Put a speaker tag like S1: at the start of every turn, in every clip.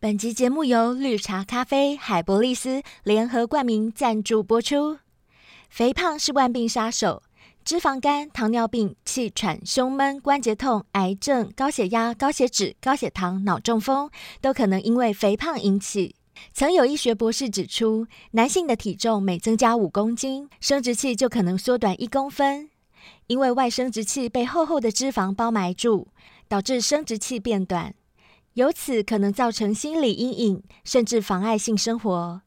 S1: 本集节目由绿茶咖啡、海博利斯联合冠名赞助播出。肥胖是万病杀手，脂肪肝、糖尿病、气喘、胸闷、关节痛、癌症、高血压、高血脂、高血糖、脑中风都可能因为肥胖引起。曾有医学博士指出，男性的体重每增加五公斤，生殖器就可能缩短一公分，因为外生殖器被厚厚的脂肪包埋住，导致生殖器变短，由此可能造成心理阴影，甚至妨碍性生活。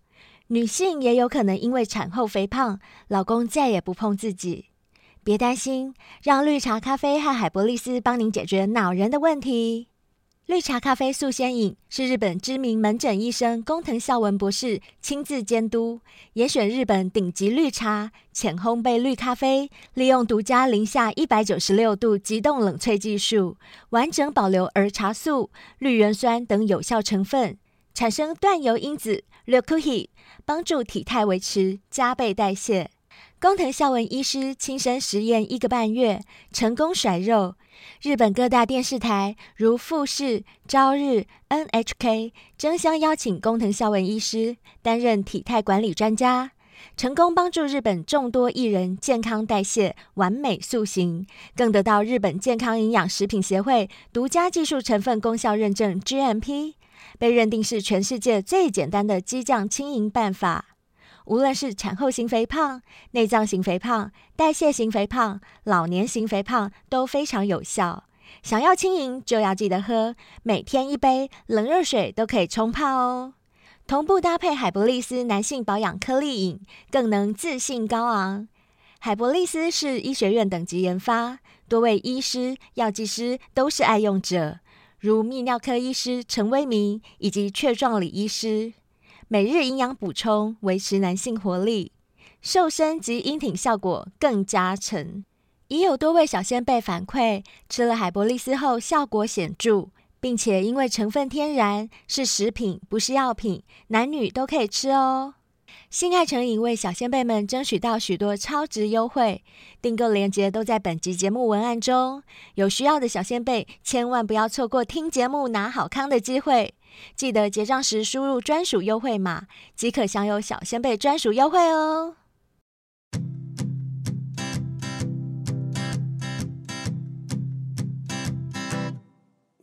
S1: 女性也有可能因为产后肥胖，老公再也不碰自己。别担心，让绿茶咖啡和海博利斯帮您解决恼人的问题。绿茶咖啡素鲜饮是日本知名门诊医生工藤孝文博士亲自监督，严选日本顶级绿茶、浅烘焙绿咖啡，利用独家零下一百九十六度急冻冷萃技术，完整保留儿茶素、绿原酸等有效成分，产生断油因子 l e c o h i 帮助体态维持加倍代谢。工藤孝文医师亲身实验一个半月，成功甩肉。日本各大电视台如富士、朝日、NHK 争相邀请工藤孝文医师担任体态管理专家，成功帮助日本众多艺人健康代谢、完美塑形，更得到日本健康营养食品协会独家技术成分功效认证 GMP，被认定是全世界最简单的激将轻盈办法。无论是产后型肥胖、内脏型肥胖、代谢型肥胖、老年型肥胖都非常有效。想要轻盈就要记得喝，每天一杯冷热水都可以冲泡哦。同步搭配海博利斯男性保养颗粒饮，更能自信高昂。海博利斯是医学院等级研发，多位医师、药剂师都是爱用者，如泌尿科医师陈威明以及雀状理医师。每日营养补充，维持男性活力，瘦身及阴挺效果更加成。已有多位小先辈反馈，吃了海博利斯后效果显著，并且因为成分天然，是食品不是药品，男女都可以吃哦。性爱成瘾为小先辈们争取到许多超值优惠，订购链接都在本集节目文案中。有需要的小先辈千万不要错过听节目拿好康的机会。记得结账时输入专属优惠码，即可享有小仙贝专属优惠哦。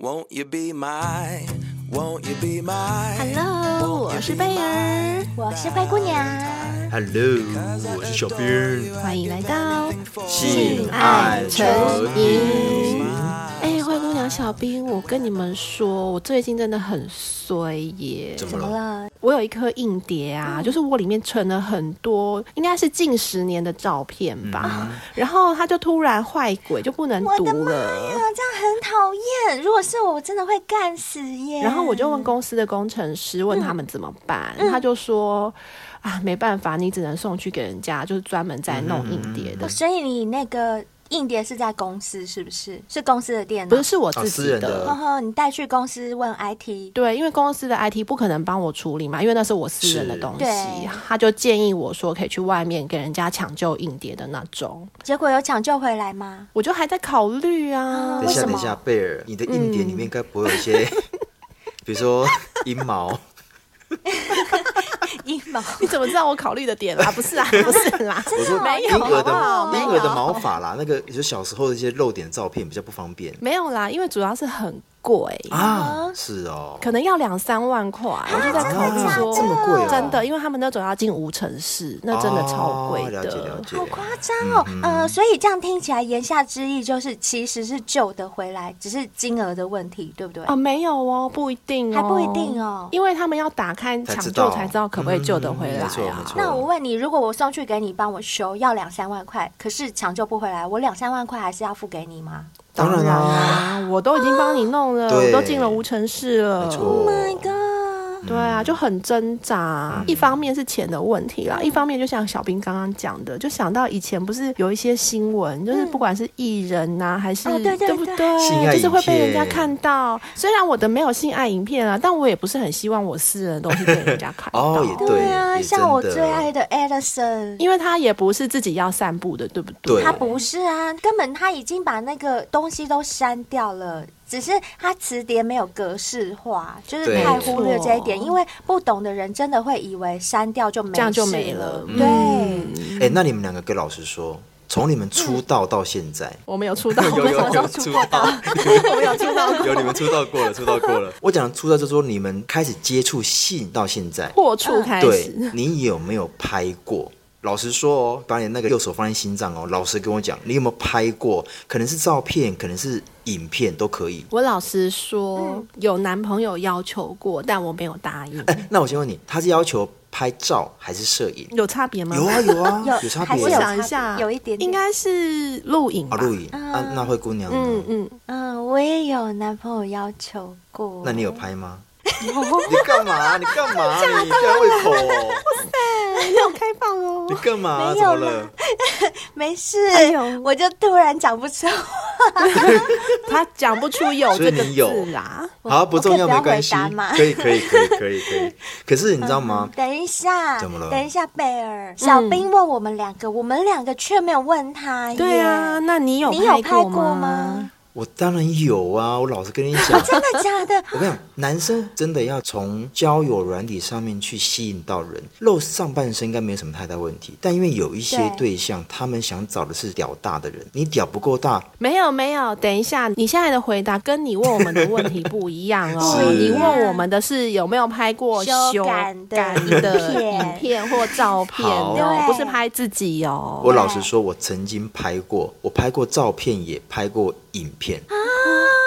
S2: Won't you be my? Won't you be my?
S1: Hello，我是贝儿，
S3: 我是灰姑娘，
S4: Hello，我是小兵。
S3: 欢迎来到。
S4: 性爱成瘾。
S5: 哎，灰姑娘小兵，我跟你们说，我最近真的很衰耶。
S4: 怎么
S3: 怎么
S4: 了？
S3: 了？
S5: 我有一颗硬碟啊，就是我里面存了很多，应该是近十年的照片吧。
S4: 嗯
S5: 然后它就突然坏鬼，就不能
S3: 我
S5: 读
S3: 的妈
S5: 了。
S3: 啊，这样很讨厌。如果是我，我真的会干死耶。
S5: 然后我就问公司的工程师，问他们怎么办，
S4: 嗯
S5: 他就说啊，没办法，你只能送去给人家，就是专门在弄硬碟
S4: 嗯
S5: 的
S3: 哦，，所以你那个硬碟是在公司是不是？是公司的电脑？
S5: 不是是我
S4: 啊
S5: 自
S4: 私
S5: 己
S4: 人
S5: 的
S4: 的。
S3: 呵呵，你带去公司问 IT。
S5: 对，因为公司的 IT 不可能帮我处理嘛，因为那是我私人的
S4: 是
S5: 东
S3: 对
S5: 西。他就建议我说，可以去外面给人家抢救硬碟的那种。
S3: 结果有抢救回来吗？
S5: 我就还在考虑啊
S3: 啊
S4: 等一
S3: 为
S4: 下，
S3: 什么
S4: 等一下，贝尔，你的硬碟里面该不会有一 些，比如说阴毛？
S3: 阴 毛，
S5: 你怎么知道我考虑的点 啦？不是啊，不是啦，
S4: 我 说
S3: 没有
S4: 婴
S5: 啊
S3: 好
S4: 儿的
S3: 不好
S4: 婴儿的毛发啦，那个就小时候的一些露点照片比较不方便
S5: 没有啦，因为主要是很贵。
S4: 啊。是哦，
S5: 可能要两三万块，我就在考虑
S4: 啊
S5: 说，
S4: 这么贵哦
S5: 真的，因为他们那种要进无尘室，那真的超贵
S4: 哦了
S5: 的。
S4: 解了解
S3: 好。夸张哦。
S4: 嗯
S3: 呃，所以这样听起来，言下之意就是其实是救得回来，只是金额的问题，对不对？
S5: 啊，没有哦，不一定哦，
S3: 还不一定哦
S5: 因为他们要打开
S4: 才
S5: 抢
S4: 知
S5: 救
S4: 道
S5: 才知道可不可以救得回
S4: 嗯
S5: 来
S4: 没错没
S5: 啊。
S4: 错
S3: 那我问你，如果我送去给你帮我修，要两三万块，可是抢救不回来，我两三万块还是要付给你吗
S4: 当然啦，
S5: 啊，我都已经帮你弄了，
S4: 对
S5: 我都进了无尘室了。
S4: 没错。
S3: Oh ？God，
S5: 对啊，就很挣扎。
S4: 嗯
S5: 一方面是钱的问题啦，一方面就像小兵刚刚讲的，就想到以前不是有一些新闻，就是不管是艺人呐、还是、
S3: 嗯哦对对
S5: 不
S3: 对
S4: 性爱
S5: 对，
S4: 影
S5: 就是会被人家
S4: 片
S5: 看到。虽然我的没有性爱影片啊，但我也不是很希望我私人的东西被人家看 到。
S4: 哦也对
S3: 对啊，
S4: 也
S3: 像我
S4: 真的
S3: 最爱的 Edison。
S5: 因为他也不是自己要散步的，对不
S4: 对
S3: 他不是啊，根本他已经把那个东西都删掉了，
S1: 只是它词典没有格式化，就是
S4: 对
S1: 太忽略这一点，
S5: 没错
S1: 因为不懂的人真的会以为删掉就没
S5: 这样就
S1: 事
S5: 没了嗯
S1: 对，
S4: 哎、那你们两个跟老师说，从你们出道到现在，，
S5: 我们有出道
S4: 有有有出道，
S5: 我们有出道过，
S4: 有你们出道 过了，出道过了。我讲出道就是说你们开始接触性到现在，
S5: 破处开
S4: 对
S5: 始，
S4: 你有没有拍过？老实说哦，把你那个右手放在心脏哦。老实跟我讲，你有没有拍过？可能是照片，可能是影片，都可以。
S5: 我老实说，
S1: 嗯
S5: 有男朋友要求过，但我没有答应，
S4: 哎、那我先问你，他是要求拍照还是摄影？
S5: 有差别吗？
S4: 有啊有啊，
S1: 有
S4: 差
S1: 还
S4: 别
S1: 是有
S5: 我
S4: 啊
S5: 想一下，
S1: 有一点点
S5: 应该是录影吧。
S4: 啊，录影啊，那灰姑娘呢，
S5: 嗯嗯，
S1: 嗯，我也有男朋友要求过，
S4: 那你有拍吗？你干嘛？你干嘛？你吊胃口哦？
S5: 没有开放哦
S4: 你。干嘛？
S1: 没
S4: 怎
S1: 有
S4: 么
S1: 啦
S4: 了？
S1: 没事
S5: 哎呦，
S1: 我就突然讲不出来。
S5: 他讲不出有这个
S4: 所以你有
S5: 字啦。
S4: 好，不重要，
S1: 我可以不
S4: 没
S1: 要
S4: 关
S1: 回
S4: 系
S1: 答吗。嗯
S4: 可以，可以，可以，可以，可 以。可是你知道吗？
S1: 等一下，
S4: 怎么了
S1: 等一下，贝尔，
S5: 嗯
S1: 小兵问我们两个，我们两个却没有问他。
S5: 对啊，，那你有
S1: 哎你有拍
S5: 过
S1: 过吗？？
S4: 我当然有啊，我老实跟你讲。
S1: 真的假的？
S4: 我跟你讲，男生真的要从交友软体上面去吸引到人，露上半身应该没有什么太大问题。但因为有一些
S1: 对
S4: 对象，他们想找的是屌大的人，你屌不够大，
S5: 没有没有，等一下，你现在的回答跟你问我们的问题不一样哦。
S4: 是
S5: 你问我们的是有没有拍过
S1: 修
S5: 修
S1: 改的
S5: 改
S1: 影
S5: 的
S1: 片
S5: 影片或照片哦，
S1: 好
S5: 不是拍自己哦。
S4: 我老实说，我曾经拍过，我拍过照片，也拍过影片。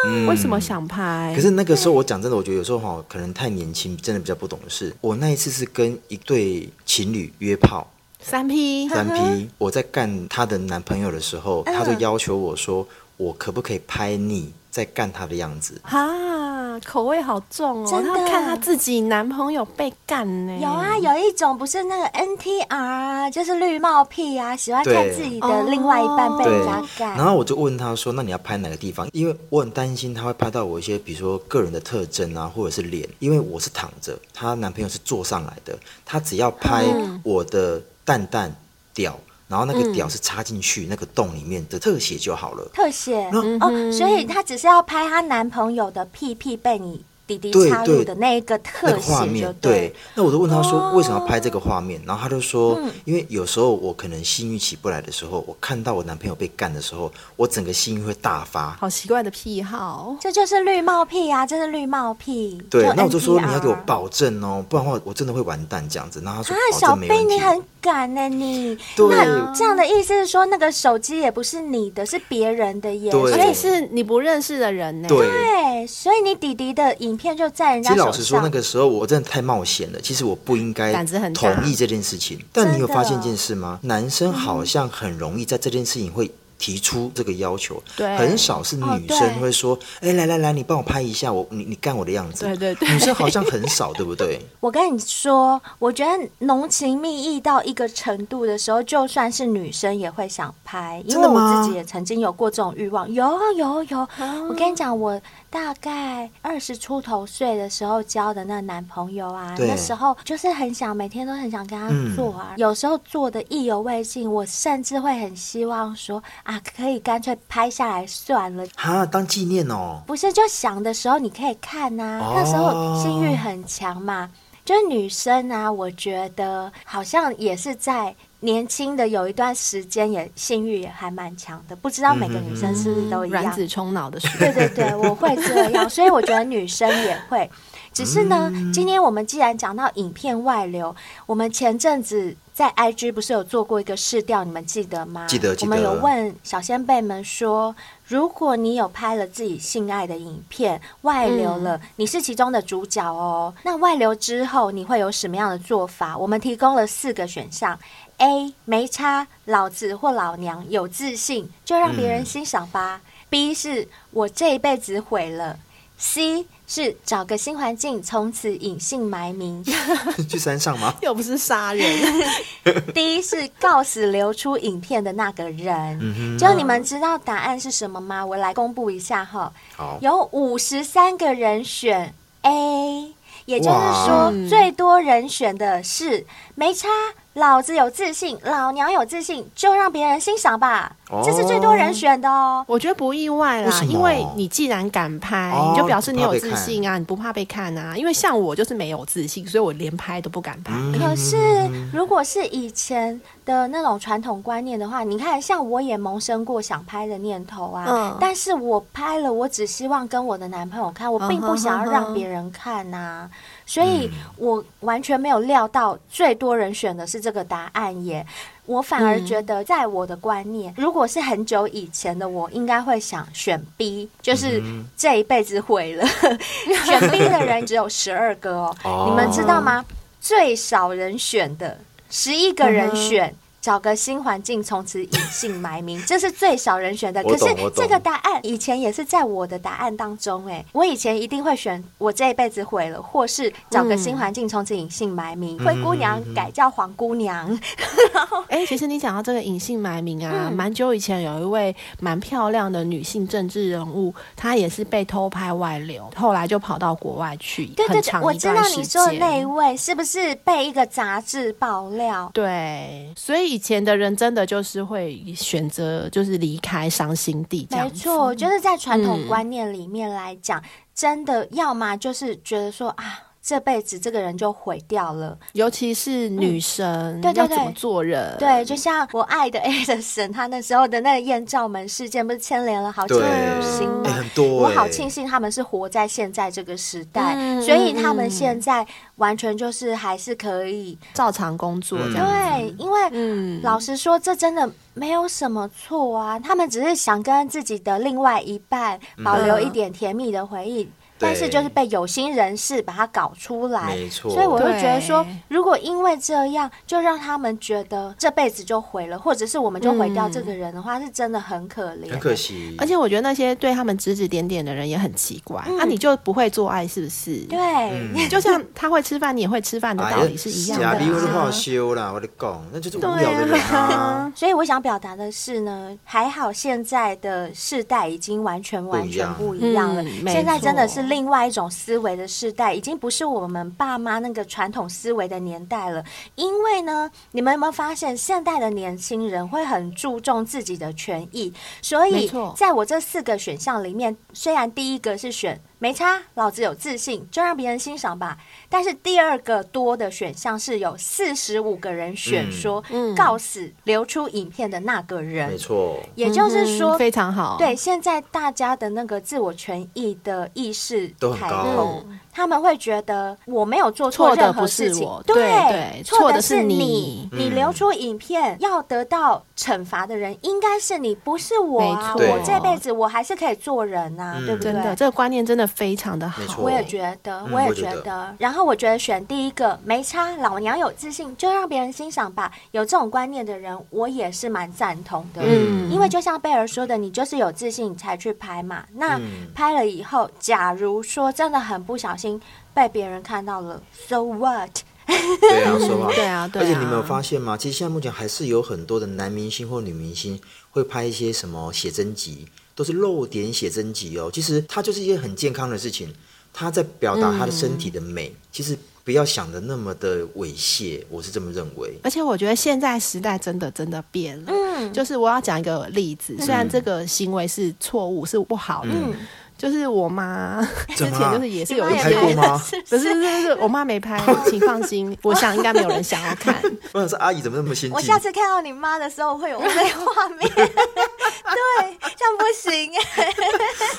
S4: 嗯
S5: 为什么？想
S1: 哎
S5: 拍？
S4: 可是那个时候，我讲真的，我觉得有时候哈，可能太年轻，真的比较不懂事。我那一次是跟一对情侣约炮，
S5: 三 P
S4: 三 P，我在干她的男朋友的时候，她就要求我说，我可不可以拍你在干她的样子？
S5: 啊，口味好重哦！
S1: 真的
S5: 她看她自己男朋友被干
S4: 哎
S5: 呢、
S1: 有啊，有一种不是那个 NTR，啊就是绿帽癖啊，喜欢看
S4: 对
S1: 自己的另外一半被
S4: 对
S1: 人家，干。
S4: 然后我就问他说：“那你要拍哪个地方？”因为我很担心他会拍到我一些，比如说个人的特征啊，或者是脸，因为我是躺着，她男朋友是坐上来的，他只要拍我的蛋蛋屌，然后那个屌是插进去那个洞里面的特写就好了。
S1: 特写、
S4: 嗯
S1: 哦，所以她只是要拍她男朋友的屁屁被你弟弟
S4: 对
S1: 插入
S4: 对
S1: 的那一个
S4: 那
S1: 特
S4: 个画
S1: 写哦就
S4: 面，对
S1: 了。，
S4: 那我就问他说为什么要拍这个画面，然后他就说，
S1: 嗯
S4: 因为有时候我可能性欲起不来的时候，我看到我男朋友被干的时候，我整个性欲会大发，
S5: 好奇怪的癖好。
S1: 这就是绿帽癖啊，这是绿帽癖。
S4: 对，那我就说你要给我
S1: NTR
S4: 保证哦，不然的话我真的会完蛋这样子。然后他说
S1: 啊，
S4: 保
S1: 小
S4: 证没
S1: 贝，
S4: 问题。
S1: 你很敢呢、你。
S4: 对
S1: 那这样的意思是说，那个手机也不是你的，是别人的耶。
S4: 对
S5: 而
S1: 所
S5: 且
S1: 以
S5: 是你不认识的人呢、
S4: 对，
S1: 对，所以你弟弟的影片就在人
S4: 其
S1: 家
S4: 实
S1: 手
S4: 老实说，那
S1: 上。
S4: 个时候我真的太冒险了。其实我不应该
S5: 胆子很大
S4: 同意这件事情。但你有
S1: 真的
S4: 发现一件事吗？男生好像很容易在这件事情会。提出这个要求，
S5: 对
S4: 很少是
S1: 哦
S4: 女
S1: 对
S4: 生会说：“哎、来来来，你帮我拍一下我，你你干我的样子。”
S5: 对对对
S4: 女生好像很少，对不 对？
S1: 我跟你说，我觉得浓情蜜意到一个程度的时候，就算是女生也会想拍，因
S4: 真
S1: 为
S4: 的
S1: 我
S4: 吗
S1: 自己也曾经有过这种欲望。有有有，
S4: 啊
S1: 我跟你讲，我大概二十出头岁的时候交的那个男朋友啊，
S4: 对
S1: 那时候就是很想每天都很想跟他
S4: 嗯
S1: 做啊，有时候做的意犹未尽，我甚至会很希望说啊，可以干脆拍下来算了。
S4: 哈，当纪念哦。
S1: 不是，就想的时候你可以看呐、
S4: 哦
S1: 那时候性欲很强嘛。就是女生啊，我觉得好像也是在年轻的有一段时间也性欲也还蛮强的，不知道每个女生是不是都一样？
S5: 嗯卵子冲脑的时候
S1: 对对对，我会这样，所以我觉得女生也会。只是呢，
S4: 嗯
S1: 今天我们既然讲到影片外流，我们前阵子在 IG 不是有做过一个试调，你们记得吗？
S4: 记得记
S1: 我
S4: 得
S1: 们有问小先辈们说，如果你有拍了自己性爱的影片外流了，你是其中的主角哦。那外流之后，你会有什么样的做法？我们提供了四个选项。A 没差，老子或老娘有自信，就让别人欣赏吧。B 是我这一辈子毁了，C 是找个新环境，从此隐姓埋名
S4: 去山上吗？
S5: 又不是 杀人，
S1: ，D 是告死流出影片的那个人。就你们知道答案是什么吗？我来公布一下哈，
S4: 好，
S1: 有五十三个人选 A，也就是
S4: 哇
S1: 说最多人选的是没差。老子有自信，老娘有自信，就让别人欣赏吧。
S4: 哦
S1: 这是最多人选的哦。
S5: 我觉得不意外
S4: 为
S5: 啦
S4: 什，么
S5: 因为你既然敢拍，
S4: 哦
S5: 你就表示你
S4: 不
S5: 有
S4: 怕被
S5: 自信啊，你不怕被看啊。因为像我就是没有自信，所以我连拍都不敢拍。
S4: 嗯
S1: 可是，如果是以前的那种传统观念的话，你看，像我也萌生过想拍的念头啊，
S5: 嗯
S1: 但是我拍了，我只希望跟我的男朋友看，我并不想要让别人看呐、所以我完全没有料到最多人选的是这个答案耶。我反而觉得，在我的观念，如果是很久以前的我，应该会想选 B，就是这一辈子毁了。 选 B 的人只有十二个哦，
S4: 哦
S1: 你们知道吗？最少人选的，十一个
S5: 嗯
S1: 人选。找个新环境，从此隐姓埋名， 这是最少人选的。可
S4: 我
S1: 是
S4: 懂我懂
S1: 这个答案以前也是在我的答案当中、哎，我以前一定会选我这一辈子毁了，或是找个新环境，从此隐姓埋名。
S4: 嗯
S1: 灰姑娘改叫黄姑娘，
S5: 哎、其实你讲到这个隐姓埋名啊，
S1: 嗯
S5: 蛮久以前有一位蛮漂亮的女性政治人物，她也是被偷拍外流，后来就跑到国外去，
S1: 对对
S5: 很
S1: 对，
S5: 长
S1: 我
S5: 一
S1: 知
S5: 段
S1: 道
S5: 时
S1: 你说的
S5: 间
S1: 那一位是不是被一个杂志爆料？
S5: 对，所以以前的人真的就是会选择就是离开伤心地这样
S1: 没
S5: 子。
S1: 错，就是在传统
S5: 嗯
S1: 观念里面来讲，真的要么就是觉得说啊，这辈子这个人就毁掉了。
S5: 尤其是女生、
S1: 嗯对对
S5: 要怎
S1: 对
S5: 么做人？
S1: 对，就像我爱的 A 的神，他那时候的那个艳照门事件，不是牵连了好几
S4: 对
S1: 个女星吗？
S4: 哎很多
S1: 我
S4: 哎
S1: 好庆幸他们是活在现在这个时代，
S5: 嗯
S1: 所以他们
S5: 嗯
S1: 现在完全就是还是可以。
S5: 照常工作这样。
S1: 对，因为
S5: 嗯，
S1: 老实说，这真的没有什么错啊。他们只是想跟自己的另外一半
S4: 嗯
S1: 保留一点甜蜜的回忆，但是就是被有心人士把它搞出来。
S4: 没错。
S1: 所以我会觉得说
S5: 对，
S1: 如果因为这样就让他们觉得这辈子就毁了，或者是我们就毁掉这个人的话，是真的很可怜。
S4: 哎很可惜，
S5: 啊而且我觉得那些对他们指指点点的人也很奇怪，
S1: 嗯
S5: 啊，你就不会做爱是不是？
S1: 对，
S4: 嗯
S5: 就像他会吃饭，你也会吃饭的道理是一样的、
S4: 哎假你我都
S5: 啊。
S4: 话修啦，我的讲，那就是无
S5: 对
S4: 聊的人啊。
S1: 所以我想表达的是呢，还好现在的世代已经完全完全不一样了。
S5: 嗯没错
S1: 现在真的是另外一种思维的世代，已经不是我们爸妈那个传统思维的年代了。因为呢，你们有没有发现，现代的年轻人会很注重自己的权益？所
S5: 没
S1: 以
S5: 错，
S1: 在我这四个选项里面，虽然第一个是选没差，老子有自信，就让别人欣赏吧。但是第二个多的选项是有四十五个人选
S4: 嗯
S1: 说、
S5: 嗯
S1: 告死流出影片的那个
S4: 没
S5: 啊
S1: 人，
S4: 错，
S1: 也就是说
S5: 嗯。非常好，
S1: 对，现在大家的那个自我权益的意识
S4: 都很
S1: 抬
S4: 高
S1: 头，他们会觉得我没有做
S5: 错
S1: 错
S5: 的
S1: 任何
S5: 不是
S1: 事情
S5: 我，对
S1: 对
S5: 对，
S1: 错
S5: 错
S1: 的
S5: 的
S1: 是
S5: 是
S1: 你
S5: 你，嗯
S1: 你流出影片要得到惩罚的人应该是你，不是我啊！
S5: 没
S4: 错
S1: 我这辈子我还是可以做人呐，
S4: 嗯
S1: 对不对
S5: 真？的这个观念真的非常的
S4: 没
S5: 好
S4: 错。
S1: 我也觉得，
S4: 嗯
S1: 我也
S4: 我
S1: 觉
S4: 觉
S1: 得。
S4: 得
S1: 然后我觉得选第一个没差，老娘有自信，就让别人欣赏吧。有这种观念的人，我也是蛮赞同的。
S5: 嗯
S1: 因为就像贝尔说的，你就是有自信，你才去拍嘛。那
S4: 嗯
S1: 拍了以后，假如说真的很不小心被别人看到了，so what？
S4: 对 啊，说吧。
S5: 对啊，对
S4: 而
S5: 啊。
S4: 且你没有发现吗？其实现在目前还是有很多的男明星或女明星会拍一些什么写真集，都是露点写真集哦。其实它就是一件很健康的事情，他在表达他的身体的美。其实不要想的那么的猥亵，我是这么认为。
S5: 而且我觉得现在时代真的真的变了，
S1: 嗯
S5: 就是我要讲一个例子，虽然这个行为是错误是不好的，
S4: 嗯
S5: 就是我妈之
S4: 怎么
S5: 前
S4: 啦
S5: 就是也是有一
S4: 你拍
S5: 些，
S4: 过吗？
S5: 不是不是不是，我妈没拍，请放心，我想应该没有人想要看，
S4: 我想说，阿姨怎么那么先进？
S1: 我下次看到你妈的时候，会有我的画面。 对，这样不 行哎、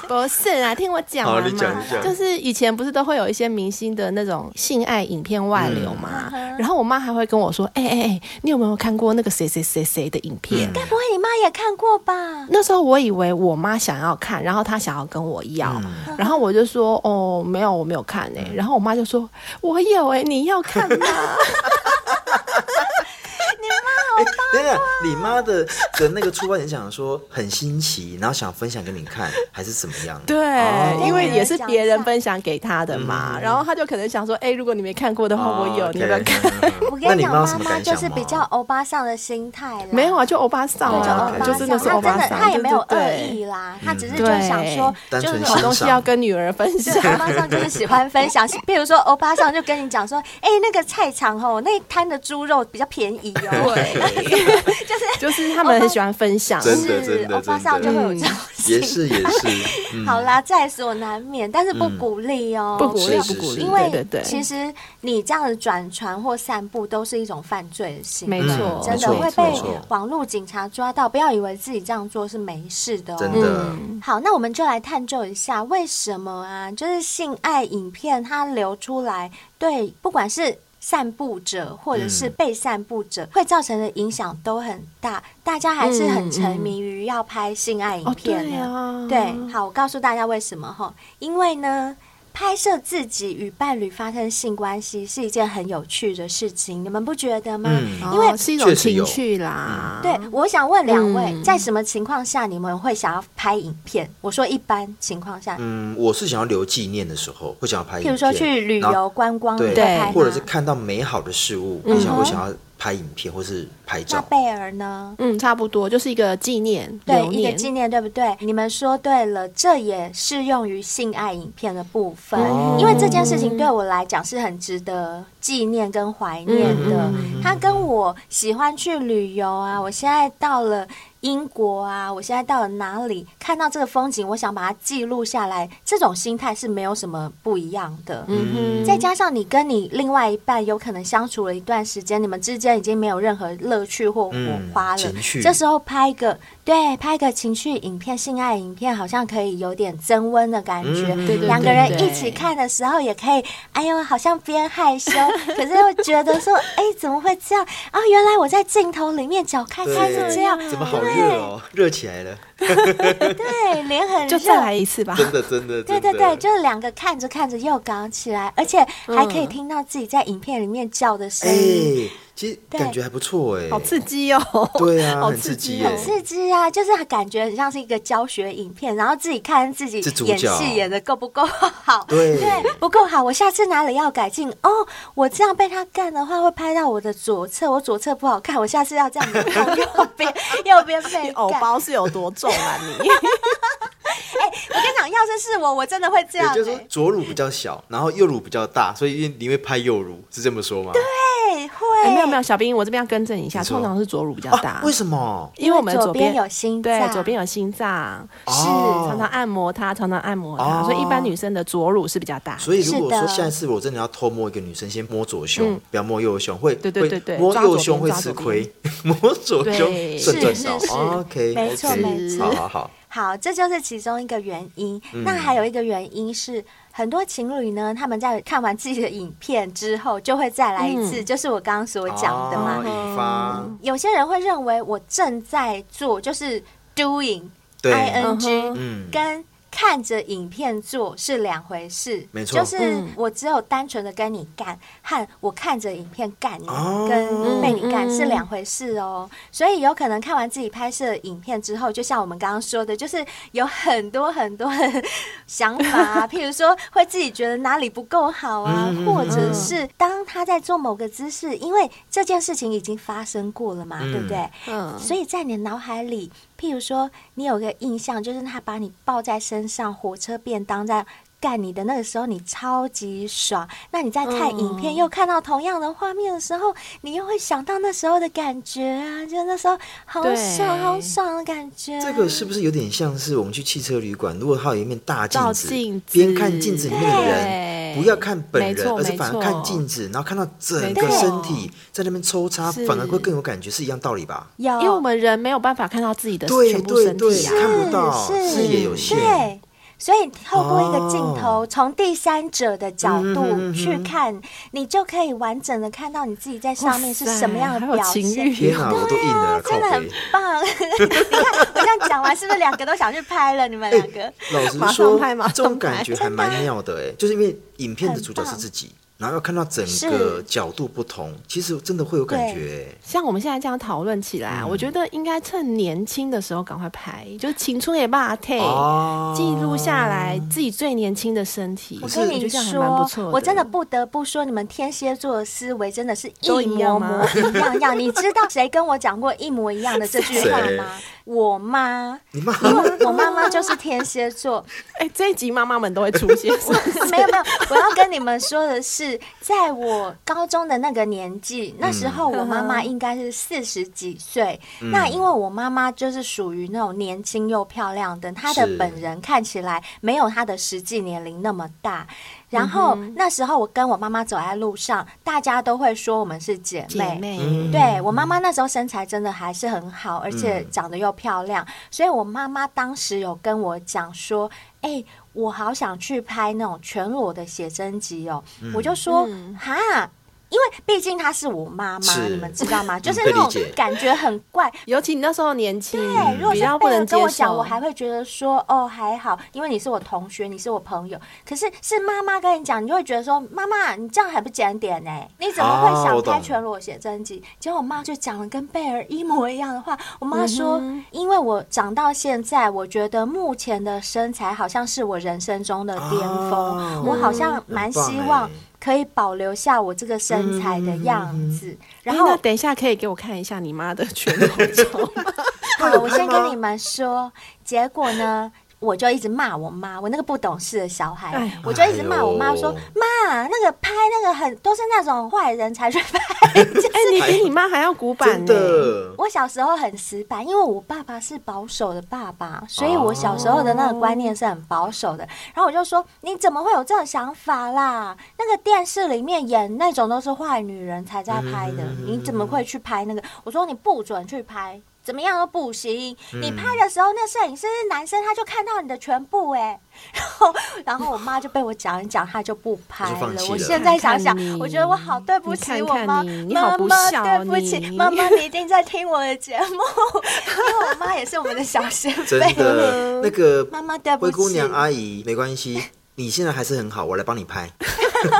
S5: 不是啊，听我讲
S4: 好
S5: 完
S4: 你
S5: 嘛
S4: 讲你讲
S5: 就是以前不是都会有一些明星的那种性爱影片外流嘛，
S4: 嗯
S1: 嗯
S5: 然后我妈还会跟我说，哎哎哎，你有没有看过那个谁谁谁谁的影片？
S4: 嗯
S1: 该不会你妈也看过吧？
S5: 那时候我以为我妈想要看，然后她想要跟我要，
S4: 嗯
S5: 然后我就说哦没有，我没有看哎、然后我欸妈就说 我有哎、你要看吗？
S1: 你妈好棒哦
S4: 哎等等，你妈的的那个出发点想说很新奇，然后想分享给你看，还是怎么样？
S5: 对，
S4: 哦嗯
S5: 因为也是别人分享给他的嘛，然后他就可能想说，哎、如果你没看过的话，我有，
S4: 哦
S5: 你有没有
S4: OK
S5: 看？
S1: 我
S4: 那
S1: 跟
S4: 你
S1: 你讲，
S4: 妈有
S1: 妈
S4: 什么
S1: 妈
S4: 感
S1: 就
S4: 想
S1: 是比
S4: 吗
S1: 较欧巴桑的心态啦，
S5: 没有啊，就欧巴
S1: 哦
S5: 桑
S4: 对
S5: 啊，
S4: 就欧巴
S5: 就
S4: 桑
S5: 真的是
S1: 他
S5: 欧
S1: 真
S5: 巴
S1: 的
S5: 桑，
S1: 他也没有
S5: 对
S1: 恶意
S4: 嗯
S1: 啦，他只是就
S5: 对
S1: 想 说，
S4: 单
S1: 就是
S4: 纯
S5: 对好
S4: 欣
S5: 东西要跟女儿分
S1: 就
S5: 享
S1: 是。欧巴桑就是喜欢分享，譬如说欧巴桑就跟你讲说，哎、那个菜场哦，那一摊的猪肉比较便宜哦，
S5: 对，
S1: 就是
S5: 就是他们很喜欢分 享，
S4: 真的
S1: 是
S4: 真的嗯
S1: 欧巴桑就
S5: 真
S1: 会有
S5: 的
S1: 这种 心。
S4: 也是也 是，嗯，
S1: 好啦，在所难免，但是不
S4: 嗯
S1: 鼓励哦，
S5: 不鼓励，
S4: 是
S5: 不
S4: 是
S5: 鼓
S4: 是
S5: 励，
S1: 因
S5: 对
S1: 为
S5: 对对，
S1: 其实你这样子转传或散布都是一种犯罪的行为，
S5: 没错，
S4: 嗯
S1: 真的
S4: 没错
S1: 会
S4: 没
S1: 被
S4: 错
S1: 网络警察抓到。不要以为自己这样做是没事的哦。
S4: 真的。
S5: 嗯
S1: 好，那我们就来探究一下，为什么啊？就是性爱影片它流出来，对不管是散布者或者是
S4: 嗯
S1: 被散布者，会造成的影响都很大，大家还是很沉迷于要拍性爱影
S5: 嗯哦，
S1: 片
S5: 对
S1: 呢。
S5: 啊，
S1: 对，好，我告诉大家为什么哈，因为呢。拍摄自己与伴侣发生性关系是一件很有趣的事情，你们不觉得吗？
S4: 嗯
S5: 哦，
S1: 因为
S5: 是一种
S4: 确实有嗯
S5: 情趣
S4: 啊
S5: 啦，
S1: 对，我想问两位，
S5: 嗯
S1: 在什么情况下你们会想要拍影片？我说一般情况下，
S4: 嗯，我是想要留纪念的时候，会想要拍
S1: 譬
S4: 影片，
S1: 如说去旅
S4: 然后
S1: 游观光，
S4: 对
S1: 你会拍吗嗯
S4: 或者是看到美好的事物，你想会想要拍影片或是拍
S1: 那
S4: 照。
S1: 贝尔呢？
S5: 嗯，差不多就是一个纪念，
S1: 对，
S5: 留
S1: 一个
S5: 念
S1: 纪念，对不对？你们说对了，这也适用于性爱影片的部分，
S4: 哦
S1: 因为这件事情对我来讲是很值得纪念跟怀念的。
S5: 嗯嗯
S1: 它跟我喜欢去旅游啊，我现在到了。英国啊，我现在到了哪里？看到这个风景，我想把它记录下来。这种心态是没有什么不一样的。
S5: 嗯哼，
S1: 再加上你跟你另外一半有可能相处了一段时间，你们之间已经没有任何乐趣或火花了。
S4: 嗯情趣
S1: 这时候拍一个，对，拍一个情趣影片、性爱影片，好像可以有点增温的感觉。
S4: 嗯
S5: 对对对
S1: 两个人一
S5: 对
S1: 起看的时候，也可以，哎呦，好像边害羞，可是又觉得说，哎，怎么会这样啊？原来我在镜头里面脚开开是这样，
S4: 怎么好热哦，热起来了，
S1: 对，脸很热
S5: 就，再来一次吧，
S4: 真 的真的，
S1: 对
S4: 真
S1: 对
S4: 的
S1: 对，就是两个看着看着又搞起来，而且还可以
S5: 嗯
S1: 听到自己在影片里面叫的声音。
S4: 哎，其实
S1: 对
S4: 感觉还不错哎，
S5: 好刺激哦，
S4: 对啊，
S5: 好
S4: 很刺
S5: 刺激
S4: 激
S5: 哦
S4: 耶，
S1: 刺激啊，就是感觉很像是一个教学影片，然后自己看自己
S4: 是主
S1: 演
S4: 角
S1: 戏演的够不够好，
S4: 对
S1: 不够好，我下次哪里要改进哦。我这样被他干的话，会拍到我的左侧，我左侧不好看，我下次要这 样子看右边，右边
S5: 你
S1: 被
S5: 藕
S1: 干。
S5: 包是有多重啊你？
S1: 我跟你讲，要是是我，我真的会这样、
S4: 也
S1: 欸。
S4: 就是说左乳比较小，然后右乳比较大，所以你会拍右乳，是这么说吗？对，
S1: 哎会、
S5: 哎没有没有，小兵，我这边要更正一下，
S4: 你说
S5: 通常是左乳比较
S1: 啊
S5: 大，
S4: 哦啊为什么？
S5: 因为我们
S1: 左
S5: 边
S1: 有心
S5: 对
S1: 脏，
S5: 左边有心脏，
S4: 哦
S5: 常常按摩它，常常按摩
S4: 哦
S5: 它，所以一般女生的左乳是比较大。
S4: 所以如果
S1: 是
S4: 说
S1: 的
S4: 下一次我真的要偷摸一个女生，先摸左胸
S5: 嗯，
S4: 不要摸右胸，会
S5: 对对
S4: 会
S5: 对对
S4: 摸
S5: 抓左
S4: 右
S5: 边
S4: 胸会
S5: 抓
S4: 吃
S5: 左边
S4: 亏， 摸左胸
S5: 对
S4: 胜
S5: 是
S4: 赚
S1: 是
S4: 到
S1: 是。
S4: OK，
S1: 没错
S4: OK，
S1: 没错
S4: 好好好，
S1: 好，这就是其中一个原因。
S4: 嗯
S1: 那还有一个原因是，很多情侣呢，他们在看完自己的影片之后，就会再来一次，就是我刚刚所讲的嘛。
S4: 嗯哦引发
S1: 有些人会认为我正在做，就是 doing
S4: 对
S1: i n g，、
S4: 嗯
S1: 跟看着影片做是两回事。
S4: 没错
S1: 就是
S5: 嗯
S1: 我只有单纯的跟你干，和我看着影片干你，
S4: 哦
S1: 跟被你干
S5: 嗯嗯
S1: 是两回事哦。所以有可能看完自己拍摄的影片之后，就像我们刚刚说的，就是有很多很多的想法、 啊，譬如说会自己觉得哪里不够好啊，
S4: 嗯嗯嗯
S1: 或者是当他在做某个姿势，因为这件事情已经发生过了嘛，
S4: 嗯
S1: 对不对？
S5: 嗯，
S1: 所以在你的脑海里，譬如说，你有个印象，就是他把你抱在身上，火车便当在干你的那个时候，你超级爽。那你在看影片，
S5: 嗯
S1: 又看到同样的画面的时候，你又会想到那时候的感觉啊，就那时候好
S5: 对
S1: 爽、好爽的感觉啊、
S4: 这个是不是有点像是我们去汽车旅馆，如果它有一面大镜
S5: 照
S4: 子，
S5: 镜子
S4: 边看镜子里面的人，
S5: 对
S4: 不要看本
S5: 没
S4: 人，
S5: 错
S4: 而是反而
S5: 没错
S4: 看镜子，然后看到整
S5: 没
S4: 个
S5: 错
S4: 身体在那边抽插，
S5: 是
S4: 反而会更有感觉，是一样道理吧？
S1: 有，
S5: 因为我们人没有办法看到自己的
S4: 对
S5: 全部
S4: 对
S5: 身
S4: 对，
S5: 体啊，
S4: 看
S1: 嗯
S4: 不到，
S1: 是
S4: 视野有限。
S1: 对，所以透过一个镜头，
S4: 哦
S1: 从第三者的角
S4: 嗯哼
S1: 度
S4: 嗯哼
S1: 去看，你就可以完整的看到你自己在上面是
S5: 哇塞
S1: 什么样的
S5: 还有
S1: 表
S5: 情
S1: 现。
S5: 欲
S4: 天哪，
S5: 哦，
S4: 我都硬了，靠
S1: 啊真的很
S4: 背。
S1: 棒！ 你看我这样讲完，是不是两个都想去拍了？你们 两个，
S4: 哎老实
S5: 马上
S4: 说
S5: 拍马，上
S4: 这种感觉还蛮妙的哎，就是因为影片的主角是自己，然后要看到整个
S1: 是
S4: 角度不同，其实真的会有感觉、欸。
S5: 像我们现在这样讨论起来
S4: 嗯
S5: 啊，我觉得应该趁年轻的时候赶快拍，就青春也把它 take
S4: 哦
S5: 记录下来自己最年轻的身体。
S1: 我
S5: 我
S1: 跟
S5: 觉
S1: 你
S5: 得这样还蛮不错
S1: 说，我真的
S5: 的
S1: 不得不说，你们天蝎座的思维真的是一
S5: 都一
S1: 模
S5: 样
S1: 模
S5: 吗
S1: 一样样。你知道谁跟我讲过一模一样的这句话吗？我妈，
S4: 你妈
S1: 因为我妈妈就是天蝎座。
S5: 哎、这一集妈妈们都会出 现。
S1: 没有没有，我要跟你们说的是，在我高中的那个年纪，那时候我妈妈应该是四十几岁。那因为我妈妈就是属于那种年轻又漂亮的，她的
S4: 是
S1: 本人看起来没有她的实际年龄那么大。然后、那时候我跟我妈妈走在路上，大家都会说我们是姐
S5: 姐妹，
S4: 哎
S1: 对我妈妈那时候身材真的还是很好，而且
S4: 嗯
S1: 长得又漂亮，所以我妈妈当时有跟我讲说：“哎、我好想去拍那种全裸的写真集哦。
S4: 嗯
S1: 我就说：“哈、因为毕竟她是我妈妈，
S4: 是
S1: 你们知道吗？就是
S4: 可以
S1: 那种
S4: 理解
S1: 感觉很怪。
S5: 尤其你那时候年轻，
S1: 对，如果
S5: 比
S1: 是
S5: 较不
S1: 贝尔
S5: 能接
S1: 跟
S5: 受。哎
S1: 我讲，我还会觉得说哦还好，因为你是我同学，你是我朋友。可是是妈妈跟你讲，你就会觉得说妈妈，你这样还不检点呢、你怎么会
S4: 啊
S1: 想
S4: 我懂
S1: 拍全裸写真集？结果我妈就讲了跟贝尔一模一样的话。我
S5: 嗯
S1: 妈说，因为我长到现在，我觉得目前的身材好像是我人生中的巅峰，
S4: 啊
S1: 我好像蛮
S4: 很棒
S1: 希
S4: 欸
S1: 望可以保留下我这个身材的样子。然
S5: 哎
S1: 后
S5: 那等一下可以给我看一下你妈的全裸 照吗？
S1: 好，我先跟你们说，结果呢，我就一直骂我妈，我那个不懂事的小孩
S5: 哎，
S1: 我就一直骂我妈说
S4: 哎：“
S1: 妈，那个拍那个很都是那种坏人才去拍。
S5: 哎、你比你妈还要古板
S1: 嗯
S4: 嗯真
S5: 呢、
S4: 的”，
S1: 我小时候很死板，因为我爸爸是保守的爸爸，所以我小时候的那个观念是很保守的。然后我就说：“你怎么会有这种想法啦？那个电视里面演那种都是坏女人才在拍的，
S4: 嗯
S1: 你怎么会去拍那个？”我说：“你不准去拍。”怎么样都不行。
S4: 嗯
S1: 你拍的时候，那摄影师是男生，他就看到你的全部哎、 然后，然后我妈就被我讲一讲，她就不拍
S4: 就放弃了
S1: 我现在想想
S5: 看看，你
S1: 我觉得我好对不起
S5: 你
S1: 我
S5: 看看
S1: 妈，
S5: 你你
S1: 妈
S5: 好不
S1: 妈
S5: 孝
S1: 对不起，
S5: 你
S1: 妈妈你一定在听我的节目， 因为我妈也是我们的小先
S4: 真
S1: 辈。
S4: 的，那个
S1: 妈妈对不
S4: 灰姑
S1: 起
S4: 娘阿姨没 关系，你现在还是很好，我来帮你拍，